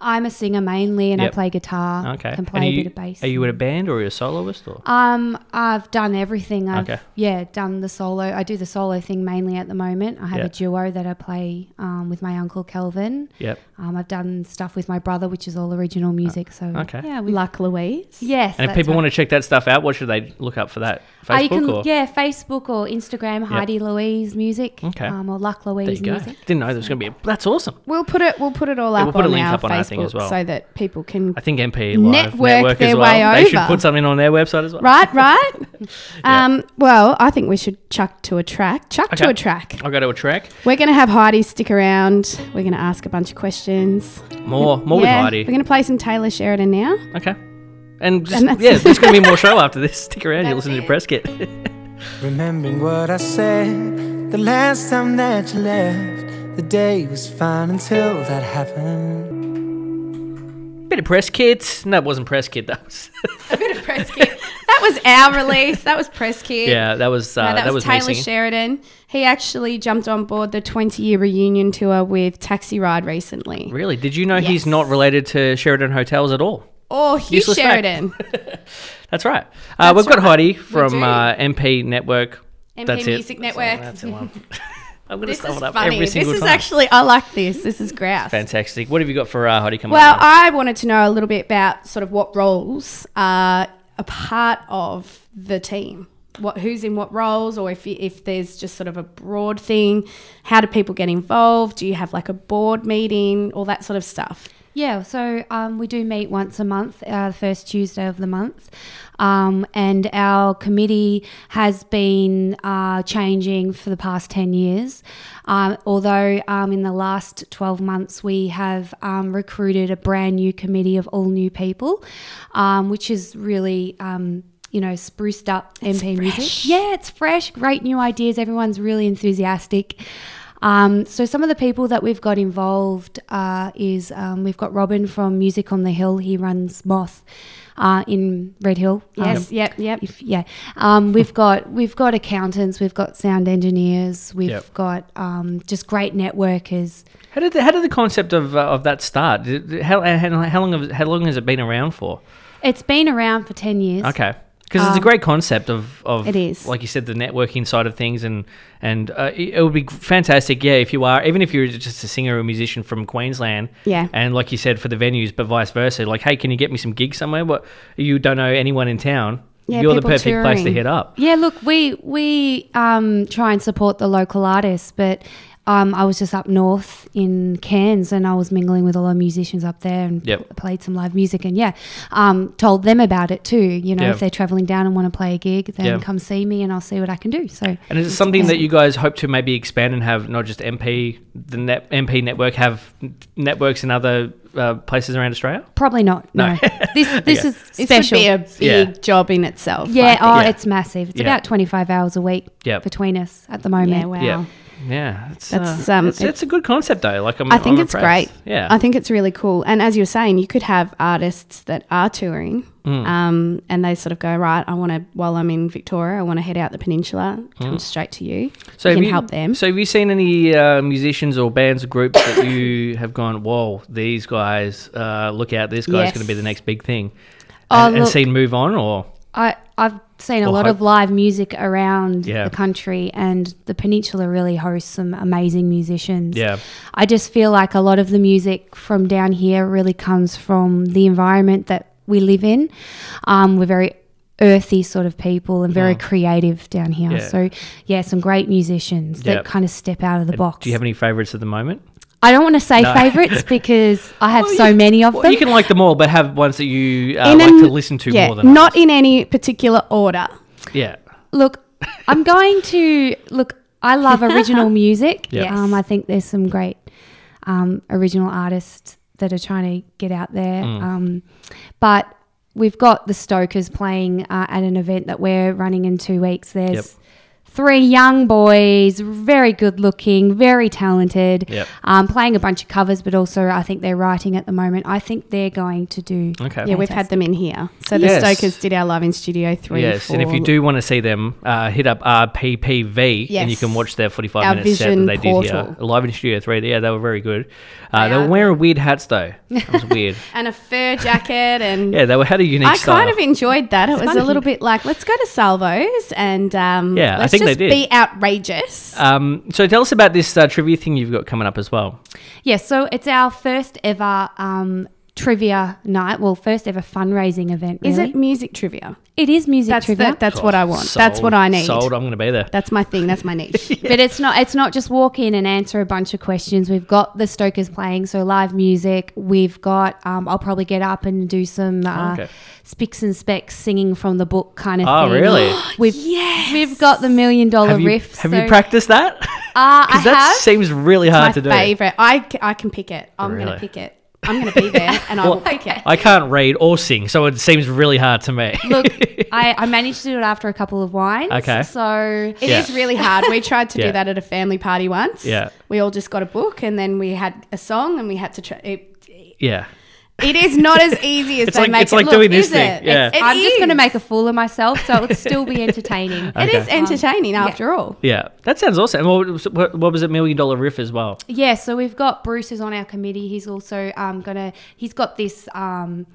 Speaker 8: I'm a singer mainly and
Speaker 1: Yep.
Speaker 8: I play guitar.
Speaker 1: Okay,
Speaker 8: Can play
Speaker 1: And are
Speaker 8: a
Speaker 1: you,
Speaker 8: bit of bass.
Speaker 1: Are you in a band or are you a soloist? Or
Speaker 8: Um, I've done everything. I've
Speaker 1: Okay.
Speaker 8: yeah, done the solo. I do the solo thing mainly at the moment. I have
Speaker 1: Yeah.
Speaker 8: a duo that I play um, with my uncle Kelvin.
Speaker 1: yep.
Speaker 8: Um, I've done stuff with my brother, which is all original music. So
Speaker 1: Oh, Okay.
Speaker 8: yeah, we
Speaker 2: Luck Louise.
Speaker 8: yes.
Speaker 1: And if
Speaker 8: that's
Speaker 1: people
Speaker 8: right.
Speaker 1: want to check that stuff out, what should they look up for that?
Speaker 8: Oh,
Speaker 1: Facebook
Speaker 8: you can,
Speaker 1: or
Speaker 8: yeah, Facebook or Instagram, Heidi Louise Music,
Speaker 1: Okay.
Speaker 8: um, or Luck Louise
Speaker 1: there you go.
Speaker 8: Music.
Speaker 1: Didn't know there was going to be. A, that's awesome.
Speaker 2: We'll put it. We'll put it all
Speaker 1: Yeah,
Speaker 2: up
Speaker 1: we'll put a
Speaker 2: on
Speaker 1: link
Speaker 2: our
Speaker 1: up on our thing
Speaker 2: Facebook
Speaker 1: as well.
Speaker 2: so that people can.
Speaker 1: I think MP Live Network,
Speaker 2: Network
Speaker 1: as
Speaker 2: their
Speaker 1: well.
Speaker 2: way
Speaker 1: They should
Speaker 2: over.
Speaker 1: put something on their website as well.
Speaker 2: Right, right. um, well, I think we should chuck to a track. Chuck
Speaker 1: Okay.
Speaker 2: to a track.
Speaker 1: I'll go to a track.
Speaker 2: We're going to have Heidi stick around. We're going to ask a bunch of questions.
Speaker 1: More, more
Speaker 2: Yeah,
Speaker 1: with Heidi.
Speaker 2: We're going to play some Taylor Sheridan now.
Speaker 1: Okay. And just,
Speaker 2: And that's-
Speaker 1: yeah, there's going to be more show after this. Stick around. You're listening to Press Kit.
Speaker 6: Remembering what I said The last time that you left, the day was fine until that happened.
Speaker 1: Bit of press kit. No, it wasn't press kit. That was
Speaker 2: A bit of press kit. That was our release. That was press kit.
Speaker 1: yeah. That was uh,
Speaker 2: No, that, was,
Speaker 1: me
Speaker 2: Taylor
Speaker 1: singing.
Speaker 2: Sheridan. He actually jumped on board the 20 year reunion tour with Taxi Ride recently.
Speaker 1: Really? Did you know he's
Speaker 2: Yes.
Speaker 1: not related to Sheridan Hotels at all?
Speaker 2: Or Oh, Hugh
Speaker 1: Useless fact.
Speaker 2: Sheridan.
Speaker 1: That's right. Uh, we've got
Speaker 2: right.
Speaker 1: Heidi
Speaker 2: do.
Speaker 1: from uh, MP Network.
Speaker 2: MP
Speaker 1: That's it.
Speaker 2: Music Network.
Speaker 1: That's the one. I'm going to
Speaker 2: This
Speaker 1: stumble
Speaker 2: is
Speaker 1: it up
Speaker 2: funny.
Speaker 1: every
Speaker 2: This
Speaker 1: single
Speaker 2: is
Speaker 1: time.
Speaker 2: actually, I like this. This is grouse.
Speaker 1: Fantastic. What have you got for uh, Heidi coming
Speaker 2: Well,
Speaker 1: up?
Speaker 2: I wanted to know a little bit about sort of what roles are a part of the team. What who's in what roles, or if you, if there's just sort of a broad thing, how do people get involved? Do you have like a board meeting, all that sort of stuff?
Speaker 8: Yeah, so um, we do meet once a month, uh, the first Tuesday of the month, um, and our committee has been uh, changing for the past ten years. Um, although um, in the last twelve months we have um, recruited a brand new committee of all new people, um, which is really. Um, you know, spruced up MP music. Yeah, it's fresh, great new ideas. Everyone's really enthusiastic. Um, so some of the people that we've got involved uh, is um, we've got Robin from Music on the Hill. He runs Moth uh, in Red Hill.
Speaker 1: Oh,
Speaker 8: Um,
Speaker 2: Yes, yep, yep.
Speaker 8: if- yeah. Um, we've got we've got accountants. We've got sound engineers. We've
Speaker 1: Yep.
Speaker 8: got um, just great networkers.
Speaker 1: how did the, how did the concept of uh, of that start? Did- did- How, how, how long have, how long has it been around for?
Speaker 8: It's been around for ten years.
Speaker 1: Okay. Because it's a great concept of, of
Speaker 2: Um, It is.
Speaker 1: like you said the networking side of things and and uh, it it would be fantastic yeah if you are even if you're just a singer or musician from Queensland
Speaker 2: Yeah.
Speaker 1: and like you said for the venues but vice versa like hey can you get me some gigs somewhere what you don't know anyone in town
Speaker 2: Yeah,
Speaker 1: you're the
Speaker 2: people
Speaker 1: perfect place to
Speaker 2: touring.
Speaker 1: hit up
Speaker 8: Yeah, look, we we um, try and support the local artists, but um, I was just up north in Cairns, and I was mingling with a lot of musicians up there, and
Speaker 1: Yep.
Speaker 8: pl- played some live music, and yeah, um, told them about it too. You know,
Speaker 1: Yeah.
Speaker 8: if they're traveling down and want to play a gig, then
Speaker 1: Yeah.
Speaker 8: come see me, and I'll see what I can do. So
Speaker 1: and is it something that you guys hope to maybe expand and have not just MP the net, MP network have n- networks in other uh, places around Australia
Speaker 8: probably not. No, this this is
Speaker 2: This
Speaker 8: special.
Speaker 2: would be a big
Speaker 1: Yeah.
Speaker 2: job in itself. I
Speaker 8: yeah,
Speaker 2: think.
Speaker 8: oh,
Speaker 1: Yeah.
Speaker 8: it's massive. It's
Speaker 1: Yeah.
Speaker 8: about twenty five hours a week
Speaker 1: Yep.
Speaker 8: between us at the moment.
Speaker 2: yeah, wow.
Speaker 1: yeah yeah it's,
Speaker 2: That's,
Speaker 1: uh,
Speaker 2: um,
Speaker 1: it's, it's a good concept though like I'm,
Speaker 2: I think
Speaker 1: I'm
Speaker 2: it's
Speaker 1: impressed.
Speaker 2: great.
Speaker 1: yeah
Speaker 2: I think it's really cool. And as you're saying, you could have artists that are touring
Speaker 1: Mm.
Speaker 2: um, and they sort of go, right, I want to, while I'm in Victoria, I want to head out the peninsula, come straight to you. So you
Speaker 1: have
Speaker 2: can help them.
Speaker 1: Mm. So have you seen any uh, musicians or bands or groups that you have gone, whoa, these guys, uh, look out, this guy's
Speaker 2: Yes.
Speaker 1: going to be the next big thing,
Speaker 8: Oh,
Speaker 1: and, and
Speaker 8: look.
Speaker 1: seen move on or
Speaker 8: I, I've seen a
Speaker 1: Or
Speaker 8: lot
Speaker 1: hope-
Speaker 8: of live music around
Speaker 1: Yeah.
Speaker 8: the country, and the peninsula really hosts some amazing musicians.
Speaker 1: Yeah.
Speaker 8: I just feel like a lot of the music from down here really comes from the environment that we live in. Um, we're very earthy sort of people and very creative down here.
Speaker 1: Mm. Yeah.
Speaker 8: So, yeah, some great musicians
Speaker 1: Yep.
Speaker 8: that kind of step out of the box.
Speaker 1: do you have any favorites at the moment?
Speaker 8: I don't want to say favorites because I have so many of
Speaker 1: Well,
Speaker 8: them.
Speaker 1: you can like them all, but have ones that you uh,
Speaker 2: In
Speaker 1: like to
Speaker 2: an-
Speaker 1: listen to
Speaker 2: yeah,
Speaker 1: more than
Speaker 2: not in any particular order.
Speaker 1: others. Yeah.
Speaker 8: Look, I'm going to look. I love original music.
Speaker 1: Yep. Yes.
Speaker 8: Um, I think there's some great um, original artists that are trying to get out there.
Speaker 1: Mm.
Speaker 8: Um, but we've got the Stokers playing uh, at an event that we're running in two weeks. There's
Speaker 1: Yep.
Speaker 8: three young boys, very good looking, very talented,
Speaker 1: Yep.
Speaker 8: um, playing a bunch of covers, but also I think they're writing at the moment. I think they're going to do.
Speaker 1: Okay.
Speaker 2: Yeah, we've had them in here. So the
Speaker 1: Yes.
Speaker 2: Stokers did our live in studio three.
Speaker 1: Yes, and if you
Speaker 2: for
Speaker 1: do want to see them, uh, hit up RPPV and you can
Speaker 2: Yes.
Speaker 1: watch their 45
Speaker 2: Our
Speaker 1: minute set that
Speaker 2: Vision
Speaker 1: they did
Speaker 2: portal.
Speaker 1: here. Live in Studio 3. Yeah, they were very good. Uh, they
Speaker 2: are
Speaker 1: were wearing weird hats, though. That was weird.
Speaker 2: And a fur jacket and.
Speaker 1: yeah, they were had a unique
Speaker 2: I
Speaker 1: style.
Speaker 2: kind of e- enjoyed that. It was a little bit like, let's go to Salvo's and um,
Speaker 1: Yeah, I
Speaker 2: let's
Speaker 1: think they
Speaker 2: just
Speaker 1: did.
Speaker 2: be outrageous.
Speaker 1: Um, so tell us about this uh, trivia thing you've got coming up as well.
Speaker 8: Yeah, so it's our first ever um, trivia night. Well, first ever fundraising event. Really,
Speaker 2: Is it music trivia?
Speaker 8: It is music
Speaker 2: That's
Speaker 8: trivia.
Speaker 2: the, that's what I want. That's
Speaker 1: Sold.
Speaker 2: what I need.
Speaker 1: Sold. I'm going to be there.
Speaker 2: That's my thing. That's my niche.
Speaker 8: But it's not. It's not just walk in and answer a bunch of questions. We've got the Stokers playing, so live music. We've got. Um, I'll probably get up and do some uh,
Speaker 1: Oh, Okay.
Speaker 8: spics and specs singing from the book kind of
Speaker 1: Oh,
Speaker 8: thing.
Speaker 1: really?
Speaker 8: We've we've got the million dollar
Speaker 1: have you,
Speaker 8: riff.
Speaker 1: have
Speaker 8: so-
Speaker 1: you practiced that?
Speaker 8: Uh, I
Speaker 1: Because that
Speaker 8: have.
Speaker 1: seems really
Speaker 2: my
Speaker 1: hard to do.
Speaker 2: favorite. I, c- I can pick it. I'm
Speaker 1: Really?
Speaker 2: gonna pick it. I'm going to be there, and I will.
Speaker 8: Okay.
Speaker 1: I can't read or sing, so it seems really hard to me.
Speaker 8: Look, I, I managed to do it after a couple of wines.
Speaker 1: Okay.
Speaker 8: So
Speaker 2: It is
Speaker 1: Yeah.
Speaker 2: really hard. We tried to
Speaker 1: Yeah.
Speaker 2: do that at a family party once.
Speaker 1: Yeah.
Speaker 2: We all just got a book, and then we had a song, and we had to. Try, it,
Speaker 1: yeah.
Speaker 2: it is not as easy as
Speaker 1: It's
Speaker 2: they
Speaker 1: like-
Speaker 2: make
Speaker 1: it's
Speaker 2: it
Speaker 1: like
Speaker 2: look,
Speaker 1: doing this
Speaker 2: is
Speaker 1: thing.
Speaker 2: it?
Speaker 1: Yeah.
Speaker 2: It's- it
Speaker 8: I'm just going to
Speaker 2: is.
Speaker 8: make a fool of myself, so it would still be entertaining.
Speaker 2: It is
Speaker 1: Okay. Um,
Speaker 2: entertaining after all.
Speaker 1: Yeah. That sounds awesome. And what, was- what, what was it? Million Dollar Riff as well.
Speaker 8: Yeah, so we've got Bruce is on our committee. He's also um, gonna. He's got this um,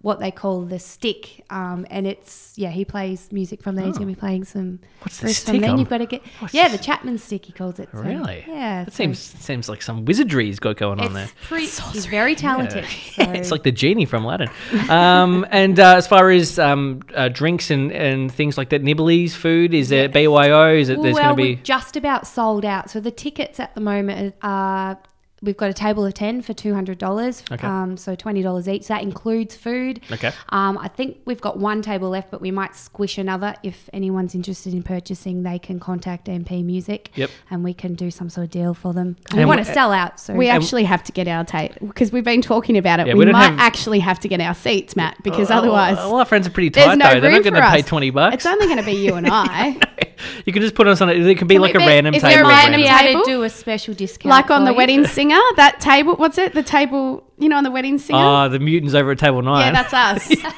Speaker 8: what they call the stick, um, and it's yeah. He plays music from there. He's gonna be playing some.
Speaker 1: Oh. What's the
Speaker 8: Bruce
Speaker 1: stick
Speaker 8: From then
Speaker 1: on?
Speaker 8: you've got to get yeah the Chapman stick. He calls it. so,
Speaker 1: Really?
Speaker 8: Yeah.
Speaker 1: That
Speaker 8: so
Speaker 1: seems seems like some wizardry has got going on
Speaker 8: It's
Speaker 1: there.
Speaker 8: pretty. He's very talented. so-
Speaker 1: it's like the genie from Aladdin. Um, and uh, as far as um, uh, drinks and, and things like that, nibblies, food, is there BYO? Is it there's
Speaker 8: well,
Speaker 1: going
Speaker 8: we're
Speaker 1: to be?
Speaker 8: just about sold out. So the tickets at the moment are we've got a table of ten for two hundred dollars.
Speaker 1: Okay.
Speaker 8: Um, so twenty dollars each. That includes food.
Speaker 1: Okay.
Speaker 8: Um, I think we've got one table left, but we might squish another. If anyone's interested in purchasing, they can contact MP Music.
Speaker 1: Yep.
Speaker 8: And we can do some sort of deal for them. we
Speaker 1: And
Speaker 8: want
Speaker 1: we-
Speaker 8: to sell out, so
Speaker 2: We actually have to get our tape because we've been talking about it.
Speaker 1: Yeah, we
Speaker 2: we
Speaker 1: don't
Speaker 2: might
Speaker 1: have- Uh, oh,
Speaker 2: actually have to get our seats, Matt, because otherwise
Speaker 1: Well, our friends are pretty tight
Speaker 2: there's no
Speaker 1: though. They're not
Speaker 2: room
Speaker 1: going
Speaker 2: for
Speaker 1: to pay
Speaker 2: us.
Speaker 1: twenty bucks.
Speaker 2: it's only going to be you and I.
Speaker 1: you can just put us on. It, it can be
Speaker 2: Can we
Speaker 1: like a
Speaker 2: be-
Speaker 1: random
Speaker 2: is
Speaker 1: table.
Speaker 2: there a
Speaker 1: or
Speaker 8: might
Speaker 2: random
Speaker 8: be
Speaker 1: something.
Speaker 8: able
Speaker 2: table?
Speaker 8: to do a special discount,
Speaker 2: like on
Speaker 8: for
Speaker 2: the
Speaker 8: you.
Speaker 2: wedding singer, that table. What's it? The table, you know, on the wedding singer.
Speaker 1: Ah, the mutants over at table nine.
Speaker 2: yeah, that's us.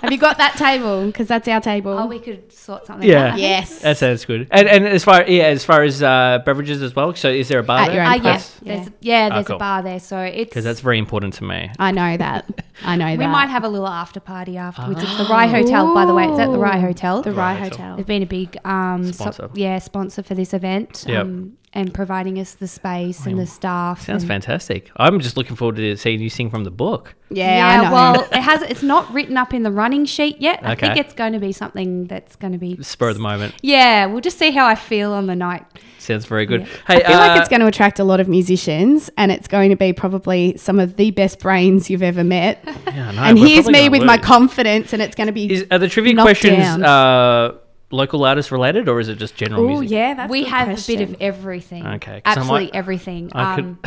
Speaker 2: have you got that table? Because that's our table.
Speaker 8: Oh, we could sort something.
Speaker 1: Yeah.
Speaker 8: out. I think
Speaker 2: yes.
Speaker 1: That sounds good. And and as far yeah, as far as uh, beverages as well. So is there a bar
Speaker 2: At
Speaker 1: there?
Speaker 2: your own
Speaker 8: Ah,
Speaker 2: And
Speaker 8: yeah.
Speaker 2: plus-
Speaker 8: There's, yeah,
Speaker 1: Ah,
Speaker 8: there's
Speaker 1: cool.
Speaker 8: a bar there, so it's
Speaker 1: Because that's very important to me.
Speaker 2: I know that. I know that.
Speaker 8: We might have a little after party afterwards. It's the Rye Hotel, by the way. It's at the Rye Hotel.
Speaker 2: the Rye
Speaker 1: Hotel.
Speaker 2: Hotel.
Speaker 8: They've been a big um, so-
Speaker 1: Sponsor.
Speaker 8: yeah, sponsor for this event.
Speaker 1: Yep.
Speaker 8: Um, and providing us the space and the staff.
Speaker 1: Sounds
Speaker 2: Mm.
Speaker 8: and-
Speaker 1: fantastic. I'm just looking forward to seeing you sing from the book.
Speaker 2: Yeah,
Speaker 8: Yeah,
Speaker 2: I know.
Speaker 8: well, it has. It's not written up in the running sheet yet. I think
Speaker 1: Okay.
Speaker 8: it's going to be something that's going to be.
Speaker 1: Spur of the moment.
Speaker 8: Yeah, we'll just see how I feel on the night.
Speaker 1: Sounds very good.
Speaker 2: I
Speaker 1: Hey,
Speaker 2: feel
Speaker 1: uh,
Speaker 2: like it's going to attract a lot of musicians, and it's going to be probably some of the best brains you've ever met.
Speaker 1: yeah, no,
Speaker 2: and
Speaker 1: we're
Speaker 2: here's
Speaker 1: probably
Speaker 2: me
Speaker 1: gonna
Speaker 2: with my
Speaker 1: lose.
Speaker 2: confidence, and it's going to be.
Speaker 1: Is, are the trivia
Speaker 2: knocked
Speaker 1: questions
Speaker 2: down.
Speaker 1: uh, local artist related or is it just general
Speaker 2: oh
Speaker 1: music?
Speaker 2: yeah, that's
Speaker 8: we
Speaker 2: a good
Speaker 8: have a bit
Speaker 2: question.
Speaker 8: of everything.
Speaker 1: Okay, 'cause I
Speaker 8: absolutely
Speaker 1: might-
Speaker 8: everything.
Speaker 1: I could.
Speaker 8: um,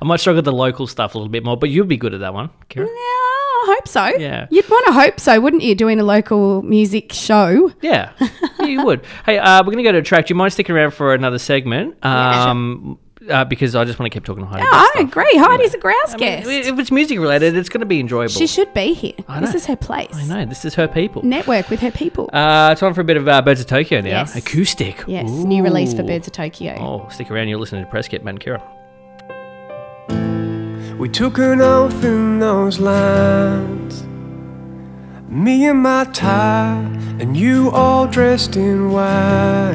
Speaker 1: I might struggle with the local stuff a little bit more, but you'd be good at that one, Kira.
Speaker 2: Yeah, I hope so.
Speaker 1: Yeah.
Speaker 2: you'd want to hope so, wouldn't you? Doing a local music show.
Speaker 1: Yeah, Yeah, you would. Hey, uh, we're gonna go to a track. Do you mind sticking around for another segment? Um, uh, because I just want to keep talking to Heidi.
Speaker 2: No,
Speaker 1: about
Speaker 2: I
Speaker 1: stuff.
Speaker 2: agree. Heidi's a grouse
Speaker 1: I mean,
Speaker 2: guest.
Speaker 1: if it's music related, it's going to be enjoyable.
Speaker 2: she should be here.
Speaker 1: I
Speaker 2: This
Speaker 1: know.
Speaker 2: is her place.
Speaker 1: I know this is her people.
Speaker 2: Network with her people.
Speaker 1: Uh, time for a bit of uh, Birds of Tokyo now.
Speaker 2: Yes.
Speaker 1: Acoustic.
Speaker 2: yes, new release for
Speaker 1: Ooh.
Speaker 2: Birds of Tokyo.
Speaker 1: Oh, stick around. You're listening to Press Kit, Man Kira.
Speaker 6: We took an oath in those lines. Me and my tie, and you all dressed in white.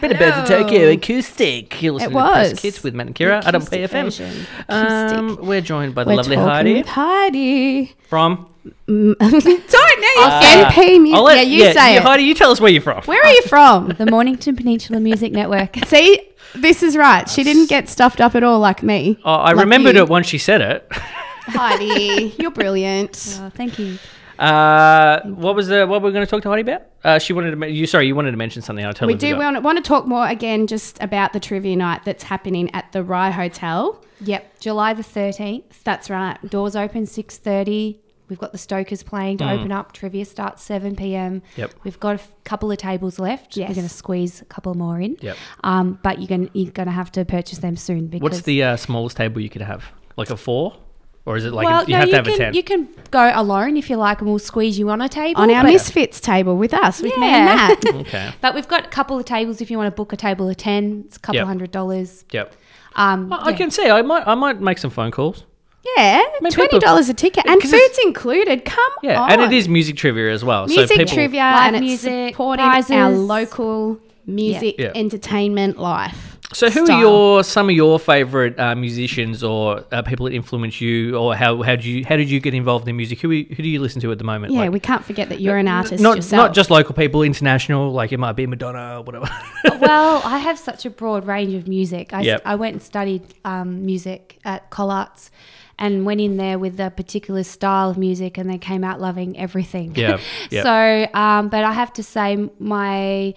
Speaker 4: Bit of Birds of Tokyo acoustic.
Speaker 1: You're listening
Speaker 2: It
Speaker 1: to
Speaker 2: was.
Speaker 1: Press Kids with Matt and Kira. Adam
Speaker 2: Acoustic version.
Speaker 1: PFM.
Speaker 2: Acoustic.
Speaker 1: Um, we're joined by the
Speaker 2: We're
Speaker 1: lovely
Speaker 2: talking
Speaker 1: Heidi
Speaker 2: with Heidi.
Speaker 1: from
Speaker 2: Don't know your MP music.
Speaker 1: Uh, I'll let-
Speaker 2: yeah, you say it.
Speaker 1: Heidi, you tell us where you're from.
Speaker 2: Where are you from?
Speaker 8: the Mornington Peninsula Music Network.
Speaker 2: See, this is right. She didn't get stuffed up at all like me.
Speaker 1: Oh, I
Speaker 2: Like
Speaker 1: remembered
Speaker 2: you.
Speaker 1: it once she said it.
Speaker 2: Heidi, you're brilliant.
Speaker 8: Oh, thank you.
Speaker 1: Uh, what was the what we were going to talk to Heidi about? Uh, she wanted to men- you sorry you wanted to mention something. I'll tell
Speaker 2: We do want, want to talk more again just about the trivia night that's happening at the Rye Hotel.
Speaker 8: Yep, July the thirteenth.
Speaker 2: That's right.
Speaker 8: Doors open six thirty. We've got the Stokers playing to open up. Trivia starts seven pm.
Speaker 1: Hmm. Yep.
Speaker 8: We've got a f- couple of tables left.
Speaker 2: Yes.
Speaker 8: We're going to squeeze a couple more in.
Speaker 1: Yep.
Speaker 8: Um, but you're going you're going to have to purchase them soon because
Speaker 1: What's the uh, smallest table you could have? Like a four, or is it like
Speaker 8: well,
Speaker 1: a, you
Speaker 8: no,
Speaker 1: have
Speaker 8: you
Speaker 1: to have
Speaker 8: can
Speaker 1: a ten?
Speaker 8: you can go alone if you like, and we'll squeeze you on a table
Speaker 2: On our
Speaker 8: but-
Speaker 2: Misfits table with us, with me
Speaker 8: Yeah.
Speaker 2: and Matt.
Speaker 1: okay.
Speaker 8: But we've got a couple of tables if you want to book a table of ten. It's a couple
Speaker 1: Yep. Oh,
Speaker 8: hundred dollars.
Speaker 1: Yep.
Speaker 8: Um,
Speaker 1: I I
Speaker 8: yeah.
Speaker 1: can see. I might. I might make some phone calls.
Speaker 2: Yeah,
Speaker 1: mean,
Speaker 2: twenty
Speaker 1: people-
Speaker 2: dollars a ticket, and
Speaker 1: 'cause it's-
Speaker 2: food's included. Come
Speaker 1: Yeah,
Speaker 2: on,
Speaker 1: and it is music trivia as well.
Speaker 2: music
Speaker 1: so people,
Speaker 2: trivia,
Speaker 8: Live
Speaker 2: and
Speaker 8: music,
Speaker 2: it's supporting our
Speaker 8: prizes.
Speaker 2: local music
Speaker 1: Yeah. Yeah.
Speaker 2: entertainment life.
Speaker 1: So, who
Speaker 2: style.
Speaker 1: are your some of your favorite uh, musicians or uh, people that influence you, or how how do you how did you get involved in music? Who are you- who do you listen to at the moment?
Speaker 2: Yeah,
Speaker 1: Like,
Speaker 2: we can't forget that you're an artist
Speaker 1: not
Speaker 2: yourself.
Speaker 1: not just local people, international. Like it might be Madonna, or whatever.
Speaker 8: well, I have such a broad range of music. I, s-
Speaker 1: Yep.
Speaker 8: I went and studied um, music at Collarts and went in there with a particular style of music and they came out loving everything.
Speaker 1: Yeah, yeah.
Speaker 8: so, um, but I have to say my,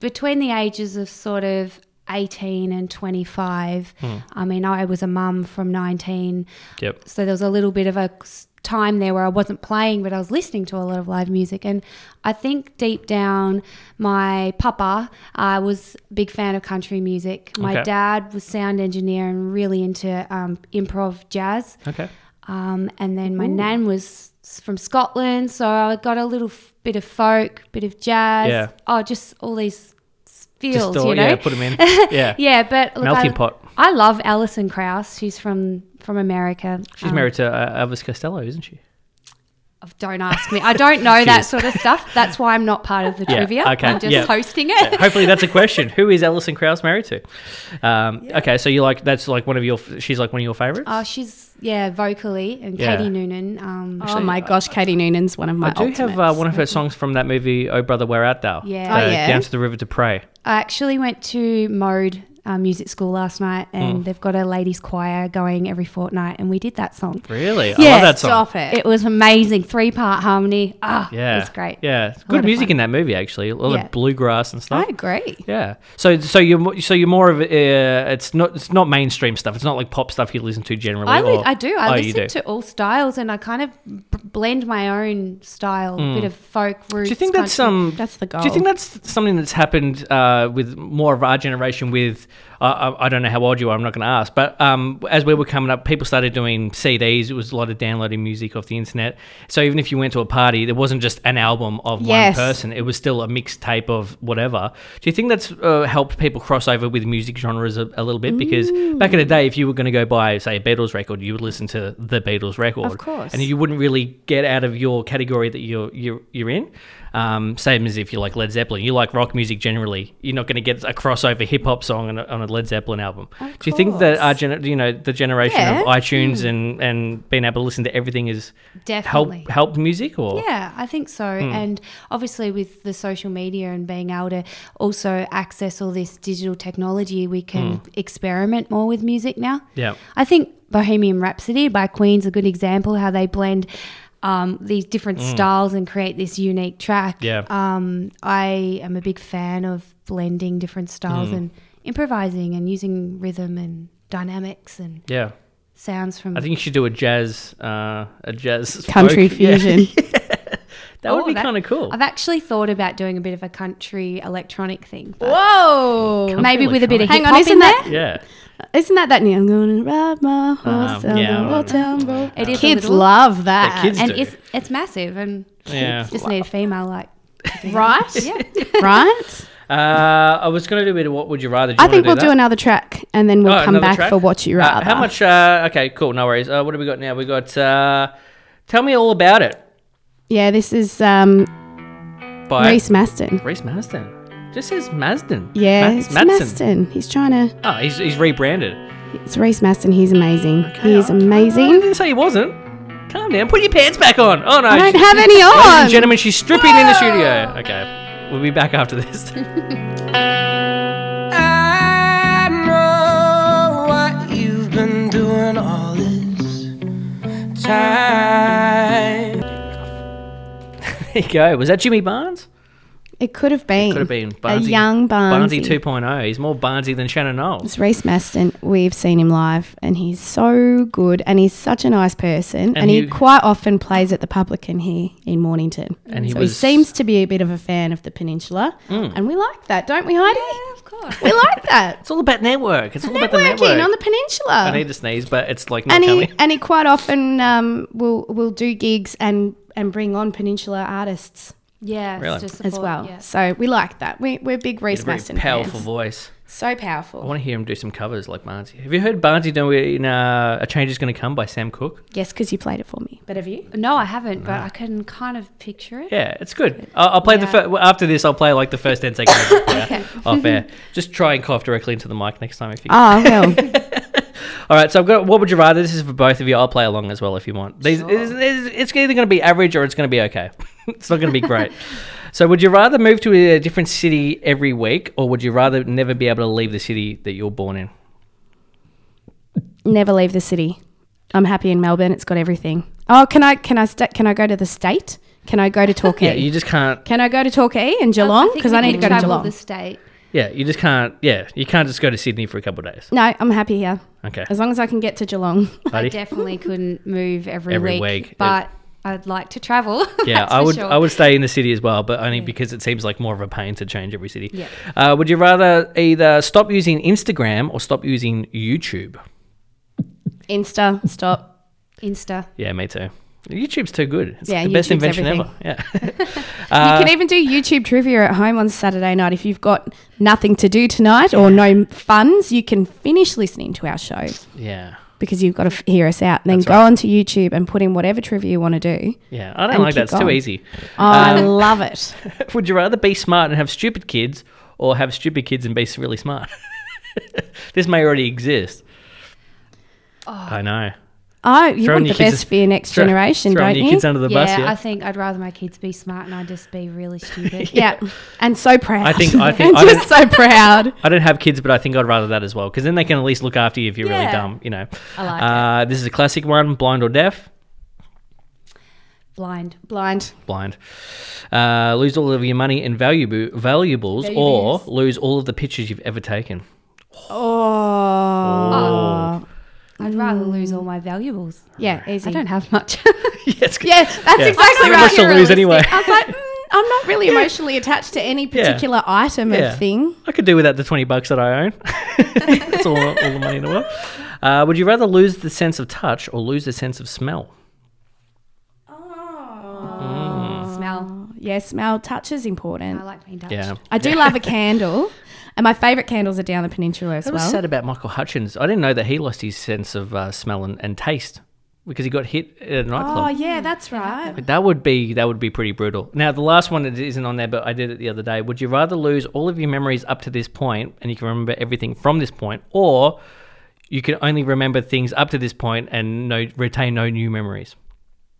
Speaker 8: between the ages of sort of 18 and 25. I mean, I was a mum from 19.
Speaker 1: Hmm. Yep.
Speaker 8: So there was a little bit of a s- time there where I wasn't playing, but I was listening to a lot of live music. And I think deep down, my papa, I was a big fan of country music. My
Speaker 1: Okay.
Speaker 8: dad was sound engineer and really into um, improv jazz.
Speaker 1: Okay.
Speaker 8: Um, and then my nan was s- from Scotland, so I got a little f- bit of folk, bit of jazz.
Speaker 1: Yeah.
Speaker 8: Oh, just all these s-
Speaker 1: Just
Speaker 8: fields,
Speaker 1: thought-
Speaker 8: you know.
Speaker 1: yeah, put them in. Yeah.
Speaker 8: Yeah, but look,
Speaker 1: Melting
Speaker 8: I,
Speaker 1: pot.
Speaker 8: I love Alison Krauss. She's from from America.
Speaker 1: She's
Speaker 8: Um,
Speaker 1: married to uh, Elvis Costello, isn't she?
Speaker 8: Don't ask me. I don't know that
Speaker 1: is.
Speaker 8: sort of stuff. That's why I'm not part of the
Speaker 1: Yeah,
Speaker 8: trivia.
Speaker 1: okay,
Speaker 8: I'm just
Speaker 1: yeah.
Speaker 8: hosting it.
Speaker 1: Hopefully, that's a question. Who is Alison Krauss married to? Um, Okay, so you like that's like one of your. She's like one of your favorites.
Speaker 8: Oh, she's yeah, vocally and
Speaker 1: Yeah.
Speaker 8: Katie Noonan. Um,
Speaker 2: oh my gosh, Katie Noonan's one of my.
Speaker 1: I do have uh,
Speaker 2: ultimates.
Speaker 1: one of her songs from that movie, "Oh Brother, Where Art Thou?"
Speaker 8: Yeah.
Speaker 1: Uh,
Speaker 2: Oh, yeah.
Speaker 1: Down to the river to pray.
Speaker 8: I actually went to Mode uh, Music School last night,
Speaker 1: Mm.
Speaker 8: and they've got a ladies' choir going every fortnight, and we did that song.
Speaker 1: Really, I
Speaker 8: Yeah,
Speaker 1: love that song.
Speaker 2: Stop it.
Speaker 8: It was amazing, three part harmony. Ah,
Speaker 1: Yeah,
Speaker 8: it was great.
Speaker 1: Yeah,
Speaker 8: A lot
Speaker 1: good
Speaker 8: of
Speaker 1: music
Speaker 8: fun.
Speaker 1: in that movie actually. A lot
Speaker 8: Yeah.
Speaker 1: of bluegrass and
Speaker 2: I
Speaker 1: stuff.
Speaker 2: agree.
Speaker 1: Yeah. So so you're mo- so you're more of a, uh, it's not it's not mainstream stuff. It's not like pop stuff you listen to generally.
Speaker 8: I, li-
Speaker 1: or-
Speaker 8: I do. I
Speaker 1: Oh, you
Speaker 8: listen to all styles, and I kind of b- blend my own style, a bit of folk roots.
Speaker 1: Mm. Do you think that's
Speaker 8: country.
Speaker 1: um?
Speaker 2: That's the
Speaker 1: Do you think
Speaker 2: goal.
Speaker 1: that's something that's happened uh, with more of our generation? With uh, I I don't know how old you are. I'm not going to ask. But um, as we were coming up, people started doing CDs. It was a lot of downloading music off the internet. So even if you went to a party, there wasn't just an album of
Speaker 2: Yes.
Speaker 1: one person. It was still a mixtape of whatever. Do you think that's uh, helped people cross over with music genres a, a little bit? Because back in the day, if you were going to go buy, say, a Beatles record, you would listen to the Beatles record,
Speaker 2: Of course.
Speaker 1: and you you wouldn't really get out of your category that you're you're, you're in. Um, same as if you like Led Zeppelin, you like rock music generally. You're not going to get a crossover hip hop song on a, on a Led Zeppelin album. Do you think that our gener- you know the generation
Speaker 2: Yeah.
Speaker 1: of
Speaker 2: Hmm.
Speaker 1: iTunes and and being able to listen to everything is
Speaker 8: Definitely.
Speaker 1: help helped music or
Speaker 8: Yeah, I think so.
Speaker 1: Hmm.
Speaker 8: And obviously, with the social media and being able to also access all this digital technology, we can experiment more with music now.
Speaker 1: Hmm. Yeah.
Speaker 8: I think Bohemian Rhapsody by Queen's a good example how they blend. Um, these different styles and create this unique track.
Speaker 1: Hmm. Yeah.
Speaker 8: Um, I am a big fan of blending different styles
Speaker 1: Hmm.
Speaker 8: and improvising and using rhythm and dynamics and
Speaker 1: yeah.
Speaker 8: sounds from.
Speaker 1: I think you should do a jazz uh, a jazz
Speaker 2: Country
Speaker 1: folk. Yeah,
Speaker 2: fusion.
Speaker 1: that would
Speaker 8: Oh,
Speaker 1: be
Speaker 8: that-
Speaker 1: kind of cool.
Speaker 8: I've actually thought about doing a bit of a country electronic thing. but-
Speaker 2: Whoa.
Speaker 8: Maybe with a bit of
Speaker 2: Hang
Speaker 8: hip
Speaker 2: on,
Speaker 8: hop in
Speaker 2: isn't
Speaker 8: there.
Speaker 2: that
Speaker 1: yeah.
Speaker 2: Isn't that that new? I'm gonna ride my horse
Speaker 1: Um,
Speaker 2: down
Speaker 1: yeah, I
Speaker 2: the old
Speaker 1: don't
Speaker 2: town road.
Speaker 8: It is a
Speaker 2: Kids
Speaker 8: little-
Speaker 2: love that,
Speaker 1: kids
Speaker 8: and
Speaker 1: do.
Speaker 8: it's it's massive, and
Speaker 1: Yeah.
Speaker 8: just need a female like.
Speaker 2: right? right.
Speaker 1: Uh, I was going to do a bit of what would you rather. Do you
Speaker 2: I
Speaker 1: wanna
Speaker 2: think
Speaker 1: do
Speaker 2: we'll
Speaker 1: that?
Speaker 2: do another track and then we'll
Speaker 1: Oh,
Speaker 2: come
Speaker 1: another
Speaker 2: back
Speaker 1: track?
Speaker 2: for what you
Speaker 1: Uh,
Speaker 2: rather.
Speaker 1: how much? Uh, okay, cool. No worries. Uh, what have we got now? We got. Uh, Tell me all about it
Speaker 2: Yeah, this is um,
Speaker 1: by
Speaker 2: Reese Maston.
Speaker 1: Reese Masden. Just says Masden.
Speaker 2: Yeah,
Speaker 1: Mas-
Speaker 2: it's Maston. He's trying to.
Speaker 1: Oh, he's, he's rebranded.
Speaker 2: It's Reese Maston. He's amazing. he is
Speaker 1: I
Speaker 2: amazing.
Speaker 1: didn't say he wasn't. Calm down. Put your pants back on. Oh no.
Speaker 2: I don't
Speaker 1: she-
Speaker 2: have any
Speaker 1: Ladies
Speaker 2: on.
Speaker 1: and gentlemen, she's stripping in the studio. Okay, we'll be back after this.
Speaker 6: I know what you've been doing all this time.
Speaker 1: there you go. Was that Jimmy Barnes?
Speaker 2: It could have been.
Speaker 1: Could have been
Speaker 2: a
Speaker 1: Barnesy.
Speaker 2: young Barnsley.
Speaker 1: Barnesy 2.0. oh. He's more Barnesy than Shannon Knowles.
Speaker 2: It's Reese Maston. We've seen him live, and he's so good, and he's such a nice person, and, he
Speaker 1: you-
Speaker 2: quite often plays at the Publican here in Mornington.
Speaker 1: And he
Speaker 2: so he
Speaker 1: was- Mm.
Speaker 2: seems to be a bit of a fan of the Peninsula, and we like that, don't we, Heidi? Yeah, of course. We like that.
Speaker 1: It's all about network. It's all about the network.
Speaker 2: Networking on the Peninsula.
Speaker 1: I need to sneeze, but it's like not
Speaker 2: and
Speaker 1: coming.
Speaker 2: he and he quite often um, will will do gigs and and bring on Peninsula artists
Speaker 8: Yeah,
Speaker 1: Really?
Speaker 8: to support,
Speaker 2: as well.
Speaker 8: yeah.
Speaker 2: So we like that. We, we're big Reese
Speaker 1: very
Speaker 2: Maston
Speaker 1: powerful
Speaker 2: fans.
Speaker 1: voice.
Speaker 2: So
Speaker 1: I
Speaker 2: powerful.
Speaker 1: want to hear him do some covers like Barnsley. Have you heard Barnsley doing uh, "A Change Is Going to Come" by Sam Cooke?
Speaker 2: Yes, because you played it for me. But have you?
Speaker 8: No, I haven't, but I can kind of picture it.
Speaker 1: Yeah, it's good. I'll, I'll play the
Speaker 8: Yeah.
Speaker 1: fir- well, after this. I'll play like the first ten seconds of it, yeah, off air. Just try and cough directly into the mic next time if you.
Speaker 2: Oh well.
Speaker 1: All right, so I've got. What would you rather? This is for both of you. I'll play along as well if you want. These, it's, it's- it's either going to be average or it's going to be okay. it's not going to be great. so, would you rather move to a different city every week, or would you rather never be able to leave the city that you're born in?
Speaker 2: never leave the city. I'm happy in Melbourne. It's got everything. Oh, can I can I sta can I go to the state? Can I go to Torquay?
Speaker 1: Yeah, you just can't.
Speaker 2: can I go to Torquay and Geelong?
Speaker 8: think
Speaker 2: Because I,
Speaker 8: we
Speaker 2: need to go
Speaker 8: can
Speaker 2: to
Speaker 8: travel
Speaker 2: Geelong.
Speaker 8: The state.
Speaker 1: Yeah, you just can't. Yeah, you can't just go to Sydney for a couple of days.
Speaker 2: No, I'm happy here.
Speaker 1: Okay,
Speaker 2: As long as I can get to Geelong.
Speaker 8: I
Speaker 1: buddy.
Speaker 8: definitely couldn't move every,
Speaker 1: Every
Speaker 8: week,
Speaker 1: week.
Speaker 8: but I'd like to travel.
Speaker 1: Yeah,
Speaker 8: that's
Speaker 1: I
Speaker 8: for
Speaker 1: would.
Speaker 8: sure.
Speaker 1: I would stay in the city as well, but only because it seems like more of a pain to change every city.
Speaker 8: Yeah.
Speaker 1: Uh, would you rather either stop using Instagram or stop using YouTube?
Speaker 2: Insta, stop.
Speaker 8: Insta.
Speaker 1: Yeah, me too. YouTube's too good. It's
Speaker 2: Yeah,
Speaker 1: the best
Speaker 2: YouTube's
Speaker 1: invention
Speaker 2: everything.
Speaker 1: ever. Yeah. Uh,
Speaker 2: you can even do YouTube trivia at home on Saturday night. If you've got nothing to do tonight or no funds, you can finish listening to our show
Speaker 1: yeah.
Speaker 2: because you've got to f- hear us out. Then
Speaker 1: That's
Speaker 2: go
Speaker 1: right.
Speaker 2: onto YouTube and put in whatever trivia you want to do.
Speaker 1: Yeah. I don't
Speaker 2: And
Speaker 1: like that. It's
Speaker 2: keep
Speaker 1: too
Speaker 2: going.
Speaker 1: easy.
Speaker 2: Oh, I love it.
Speaker 1: Would you rather be smart and have stupid kids or have stupid kids and be really smart? this may already exist. I know.
Speaker 2: Oh, you
Speaker 1: Throwing
Speaker 2: want the
Speaker 1: your kids
Speaker 2: best
Speaker 1: as-
Speaker 2: for your next
Speaker 1: throw-
Speaker 2: generation,
Speaker 1: throwing
Speaker 2: don't
Speaker 1: your
Speaker 2: you?
Speaker 1: kids under the
Speaker 8: yeah,
Speaker 1: bus, yeah.
Speaker 8: I think I'd rather my kids be smart and I just be really stupid.
Speaker 2: yeah, and so proud.
Speaker 1: I think- I think-
Speaker 2: And
Speaker 1: I
Speaker 2: just so proud.
Speaker 1: I don't have kids, but I think I'd rather that as well because then they can at least look after you if you're really
Speaker 8: Yeah.
Speaker 1: dumb, you know.
Speaker 8: I like
Speaker 1: uh, This is a classic one blind or deaf.
Speaker 8: Blind.
Speaker 2: Blind.
Speaker 1: Blind. Uh, lose all of your money and valuable, valuables or lose all of the pictures you've ever taken.
Speaker 2: Oh.
Speaker 8: I'd rather lose
Speaker 2: Mm.
Speaker 8: all my valuables.
Speaker 2: Yeah, easy.
Speaker 8: I don't have much.
Speaker 1: yes.
Speaker 2: yeah, that's exactly
Speaker 1: Much
Speaker 2: right.
Speaker 1: to lose anyway.
Speaker 2: I was like, mm, I'm not really emotionally attached to any particular item
Speaker 1: Yeah.
Speaker 2: of thing.
Speaker 1: I could do without the 20 bucks that I own. That's all, all the money in the world. Uh, would you rather lose the sense of touch or lose the sense of smell?
Speaker 8: Smell.
Speaker 2: Yeah, smell, touch is important.
Speaker 8: I like being touched.
Speaker 1: Yeah.
Speaker 2: I do love a candle, and my favourite candles are down the peninsula as
Speaker 1: I was
Speaker 2: well.
Speaker 1: sad about Michael Hutchins. I didn't know that he lost his sense of uh, smell and, and taste because he got hit at a
Speaker 2: Oh
Speaker 1: nightclub.
Speaker 2: yeah, that's right.
Speaker 1: That would be that would be pretty brutal. Now the last one that isn't on there, but I did it the other day. Would you rather lose all of your memories up to this point, and you can remember everything from this point, or you can only remember things up to this point and no retain no new memories?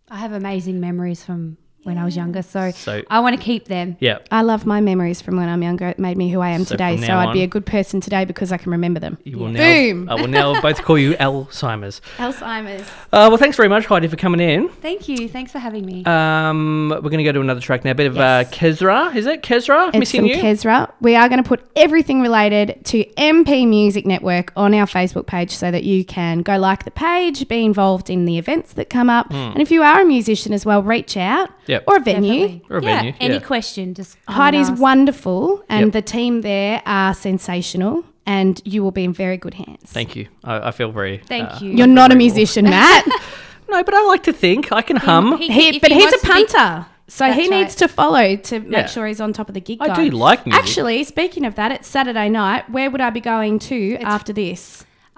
Speaker 8: I have amazing memories from when I was younger, so,
Speaker 1: So-
Speaker 8: I want to keep them.
Speaker 1: Yeah,
Speaker 2: I love my memories from when I'm younger. It made me who I am
Speaker 1: So
Speaker 2: today.
Speaker 1: from
Speaker 2: So
Speaker 1: now
Speaker 2: I'd be
Speaker 1: on-
Speaker 2: a good person today because I can remember them.
Speaker 1: you will
Speaker 2: Boom.
Speaker 1: now. Oh. I will now both call you Alzheimer's.
Speaker 2: Alzheimer's.
Speaker 1: Uh, well, thanks very much, Heidi, for coming in.
Speaker 8: Thank you. Thanks for having
Speaker 2: Uh,
Speaker 8: me.
Speaker 1: Um, we're going to go to another track now. A bit of uh,
Speaker 2: Yes.
Speaker 1: Kezra, is it Kezra?
Speaker 2: It's
Speaker 1: Missing
Speaker 2: from
Speaker 1: you.
Speaker 2: Kesra. We are going to put everything related to MP Music Network on our Facebook page so that you can go like the page, be involved in the events that come up. And if you are a musician as well, reach out
Speaker 1: Hmm. Yep.
Speaker 2: or a venue.
Speaker 8: Definitely.
Speaker 1: Or a
Speaker 8: yeah.
Speaker 1: venue,
Speaker 8: Any
Speaker 1: yeah.
Speaker 8: question? Just come and
Speaker 2: Heidi's
Speaker 8: ask.
Speaker 2: wonderful, and
Speaker 1: Yep.
Speaker 2: the team there are sensational, and you will be in very good hands.
Speaker 1: Thank you. I, I feel very.
Speaker 8: Thank
Speaker 1: uh,
Speaker 8: you.
Speaker 2: You're not a musician, Matt.
Speaker 1: No, but I like to think I can hum.
Speaker 2: he,
Speaker 8: if
Speaker 2: but he's a
Speaker 8: wants to be-
Speaker 2: punter. So he
Speaker 8: That's
Speaker 2: needs
Speaker 8: right.
Speaker 2: to follow to make
Speaker 1: Yeah.
Speaker 2: sure he's on top of the gig.
Speaker 1: I
Speaker 2: guide.
Speaker 1: do like music.
Speaker 2: Actually, speaking of that, it's Saturday night. Where would I be going to after this?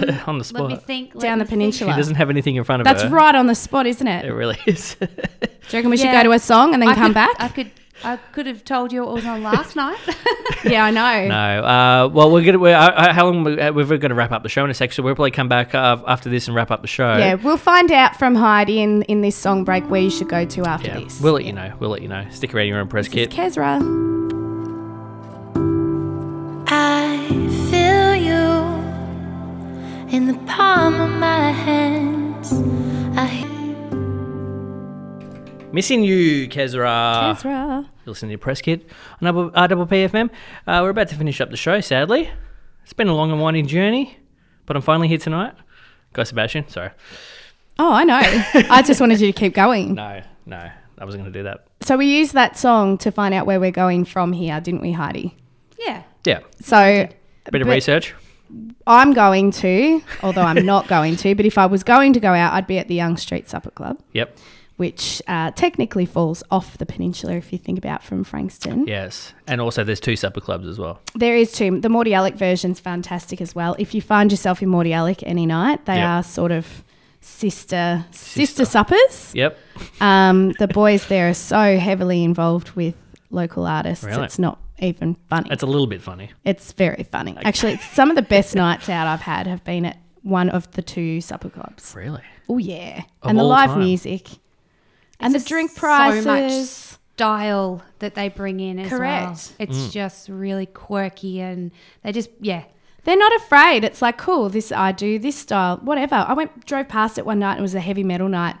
Speaker 1: on the
Speaker 8: let me
Speaker 1: spot.
Speaker 8: think. let
Speaker 2: Down
Speaker 8: me
Speaker 2: the
Speaker 8: think.
Speaker 2: peninsula.
Speaker 1: He doesn't have anything in front of
Speaker 2: That's
Speaker 1: her.
Speaker 2: right on the spot, isn't
Speaker 1: It
Speaker 2: it?
Speaker 1: really is.
Speaker 2: Do you reckon we should
Speaker 8: Yeah.
Speaker 2: go to a song and then
Speaker 8: I
Speaker 2: come
Speaker 8: could-
Speaker 2: back?
Speaker 8: I could. I could have told you what was on last night.
Speaker 2: yeah, I know.
Speaker 1: no. Uh, well, we're gonna. We're, uh, uh, how long? We, uh, we're going to wrap up the show in a sec. So we'll probably come back uh, after this and wrap up the show.
Speaker 2: Yeah, we'll find out from Heidi in, in this song break where you should go to after
Speaker 1: Yeah.
Speaker 2: this.
Speaker 1: We'll let you know. We'll let you know. Stick around. You're on press
Speaker 2: This
Speaker 1: kit.
Speaker 2: is Kezra.
Speaker 3: I feel you in the palm of my hands. I
Speaker 1: Missing you, Kezra. You're
Speaker 2: Kezra.
Speaker 1: listening to Press Kit on RPPFM. Uh, we're about to finish up the show, sadly. It's been a long and winding journey, but I'm finally here tonight. Guy Sebastian, sorry.
Speaker 2: Oh, I know. I just wanted you to keep going.
Speaker 1: No, no, I wasn't going to do that.
Speaker 2: So we used that song to find out where we're going from here, didn't we, Heidi?
Speaker 8: yeah.
Speaker 1: Yeah,
Speaker 2: So
Speaker 1: bit of
Speaker 2: But-
Speaker 1: research.
Speaker 2: I'm going to, although I'm not going to, but if I was going to go out, I'd be at the Young Street Supper Club,
Speaker 1: Yep.
Speaker 2: which uh, technically falls off the peninsula if you think about from Frankston.
Speaker 1: Yes, and also there's two supper clubs as well.
Speaker 2: There is two. The Morty Alec version's fantastic as well. If you find yourself in Morty Alec any night, they
Speaker 1: Yeah.
Speaker 2: are sort of sister sister suppers.
Speaker 1: Yep.
Speaker 2: Um, the boys there are so heavily involved with local artists.
Speaker 1: Really?
Speaker 2: It's not even funny.
Speaker 1: That's a little bit funny.
Speaker 2: It's very funny. Actually, it's some of the best nights out I've had have been at one of the two supper clubs.
Speaker 1: Really?
Speaker 2: Oh yeah,
Speaker 1: Of
Speaker 2: and the
Speaker 1: all
Speaker 2: live
Speaker 1: time.
Speaker 2: music, and the
Speaker 8: It's
Speaker 2: drink
Speaker 8: just so much
Speaker 2: prices.
Speaker 8: style that they bring in as
Speaker 2: Correct.
Speaker 8: well.
Speaker 1: Mm.
Speaker 8: It's just really quirky and they just yeah.
Speaker 2: They're not afraid. It's like cool. This I do this style, whatever. I went drove past it one night. and It was a heavy metal night.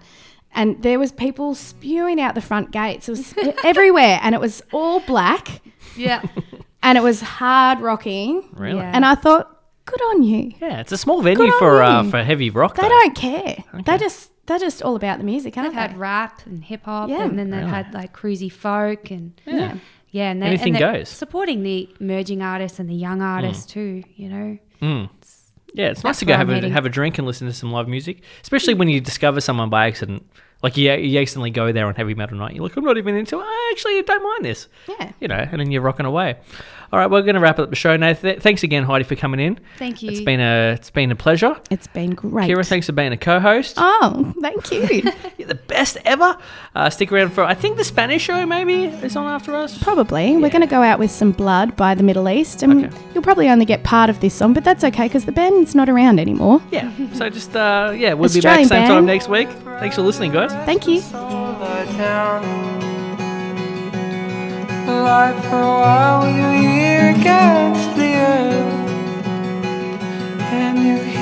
Speaker 2: And there was people spewing out the front gates. It was everywhere, and it was all black.
Speaker 8: Yeah.
Speaker 2: and it was hard rocking.
Speaker 1: Really?
Speaker 8: Yeah.
Speaker 2: And I thought, good on you.
Speaker 1: Yeah, it's a small venue
Speaker 2: on
Speaker 1: for uh,
Speaker 2: you.
Speaker 1: for heavy rock.
Speaker 2: They
Speaker 1: though.
Speaker 2: don't care. They just they're just all about the music, aren't
Speaker 8: They've had
Speaker 2: they?
Speaker 8: rap and hip hop,
Speaker 2: Yeah.
Speaker 8: and then they've had like cruisy folk and yeah, yeah, and they,
Speaker 1: Anything
Speaker 8: and they're
Speaker 1: goes.
Speaker 8: Supporting the emerging artists and the young artists too, you know.
Speaker 1: Yeah, it's nice to
Speaker 8: where
Speaker 1: go have
Speaker 8: I'm
Speaker 1: a,
Speaker 8: heading.
Speaker 1: have a drink and listen to some live music, especially when you discover someone by accident. Like you, you accidentally go there on heavy metal night. You're like, I'm not even into. it. I actually don't mind this.
Speaker 2: Yeah.
Speaker 1: You know, and then you're rocking away. All right, we're going to wrap up the show now. Th- thanks again, Heidi, for coming in.
Speaker 8: Thank you.
Speaker 1: It's been a it's been a pleasure.
Speaker 2: It's been great.
Speaker 1: Kira, thanks for being a co-host.
Speaker 2: oh, thank you.
Speaker 1: You're the best ever. Uh, stick around for I think the Spanish show maybe is on after us.
Speaker 2: Probably. We're going to go out with some blood by the Middle East, and
Speaker 1: Okay.
Speaker 2: you'll probably only get part of this song, but that's okay because the band's not around anymore.
Speaker 1: Yeah. So just uh, yeah, we'll be back
Speaker 2: Australian
Speaker 1: same time
Speaker 2: band.
Speaker 1: next week. Thanks for listening, guys.
Speaker 2: Thank you.
Speaker 6: Life for a while, you hear against the earth, and you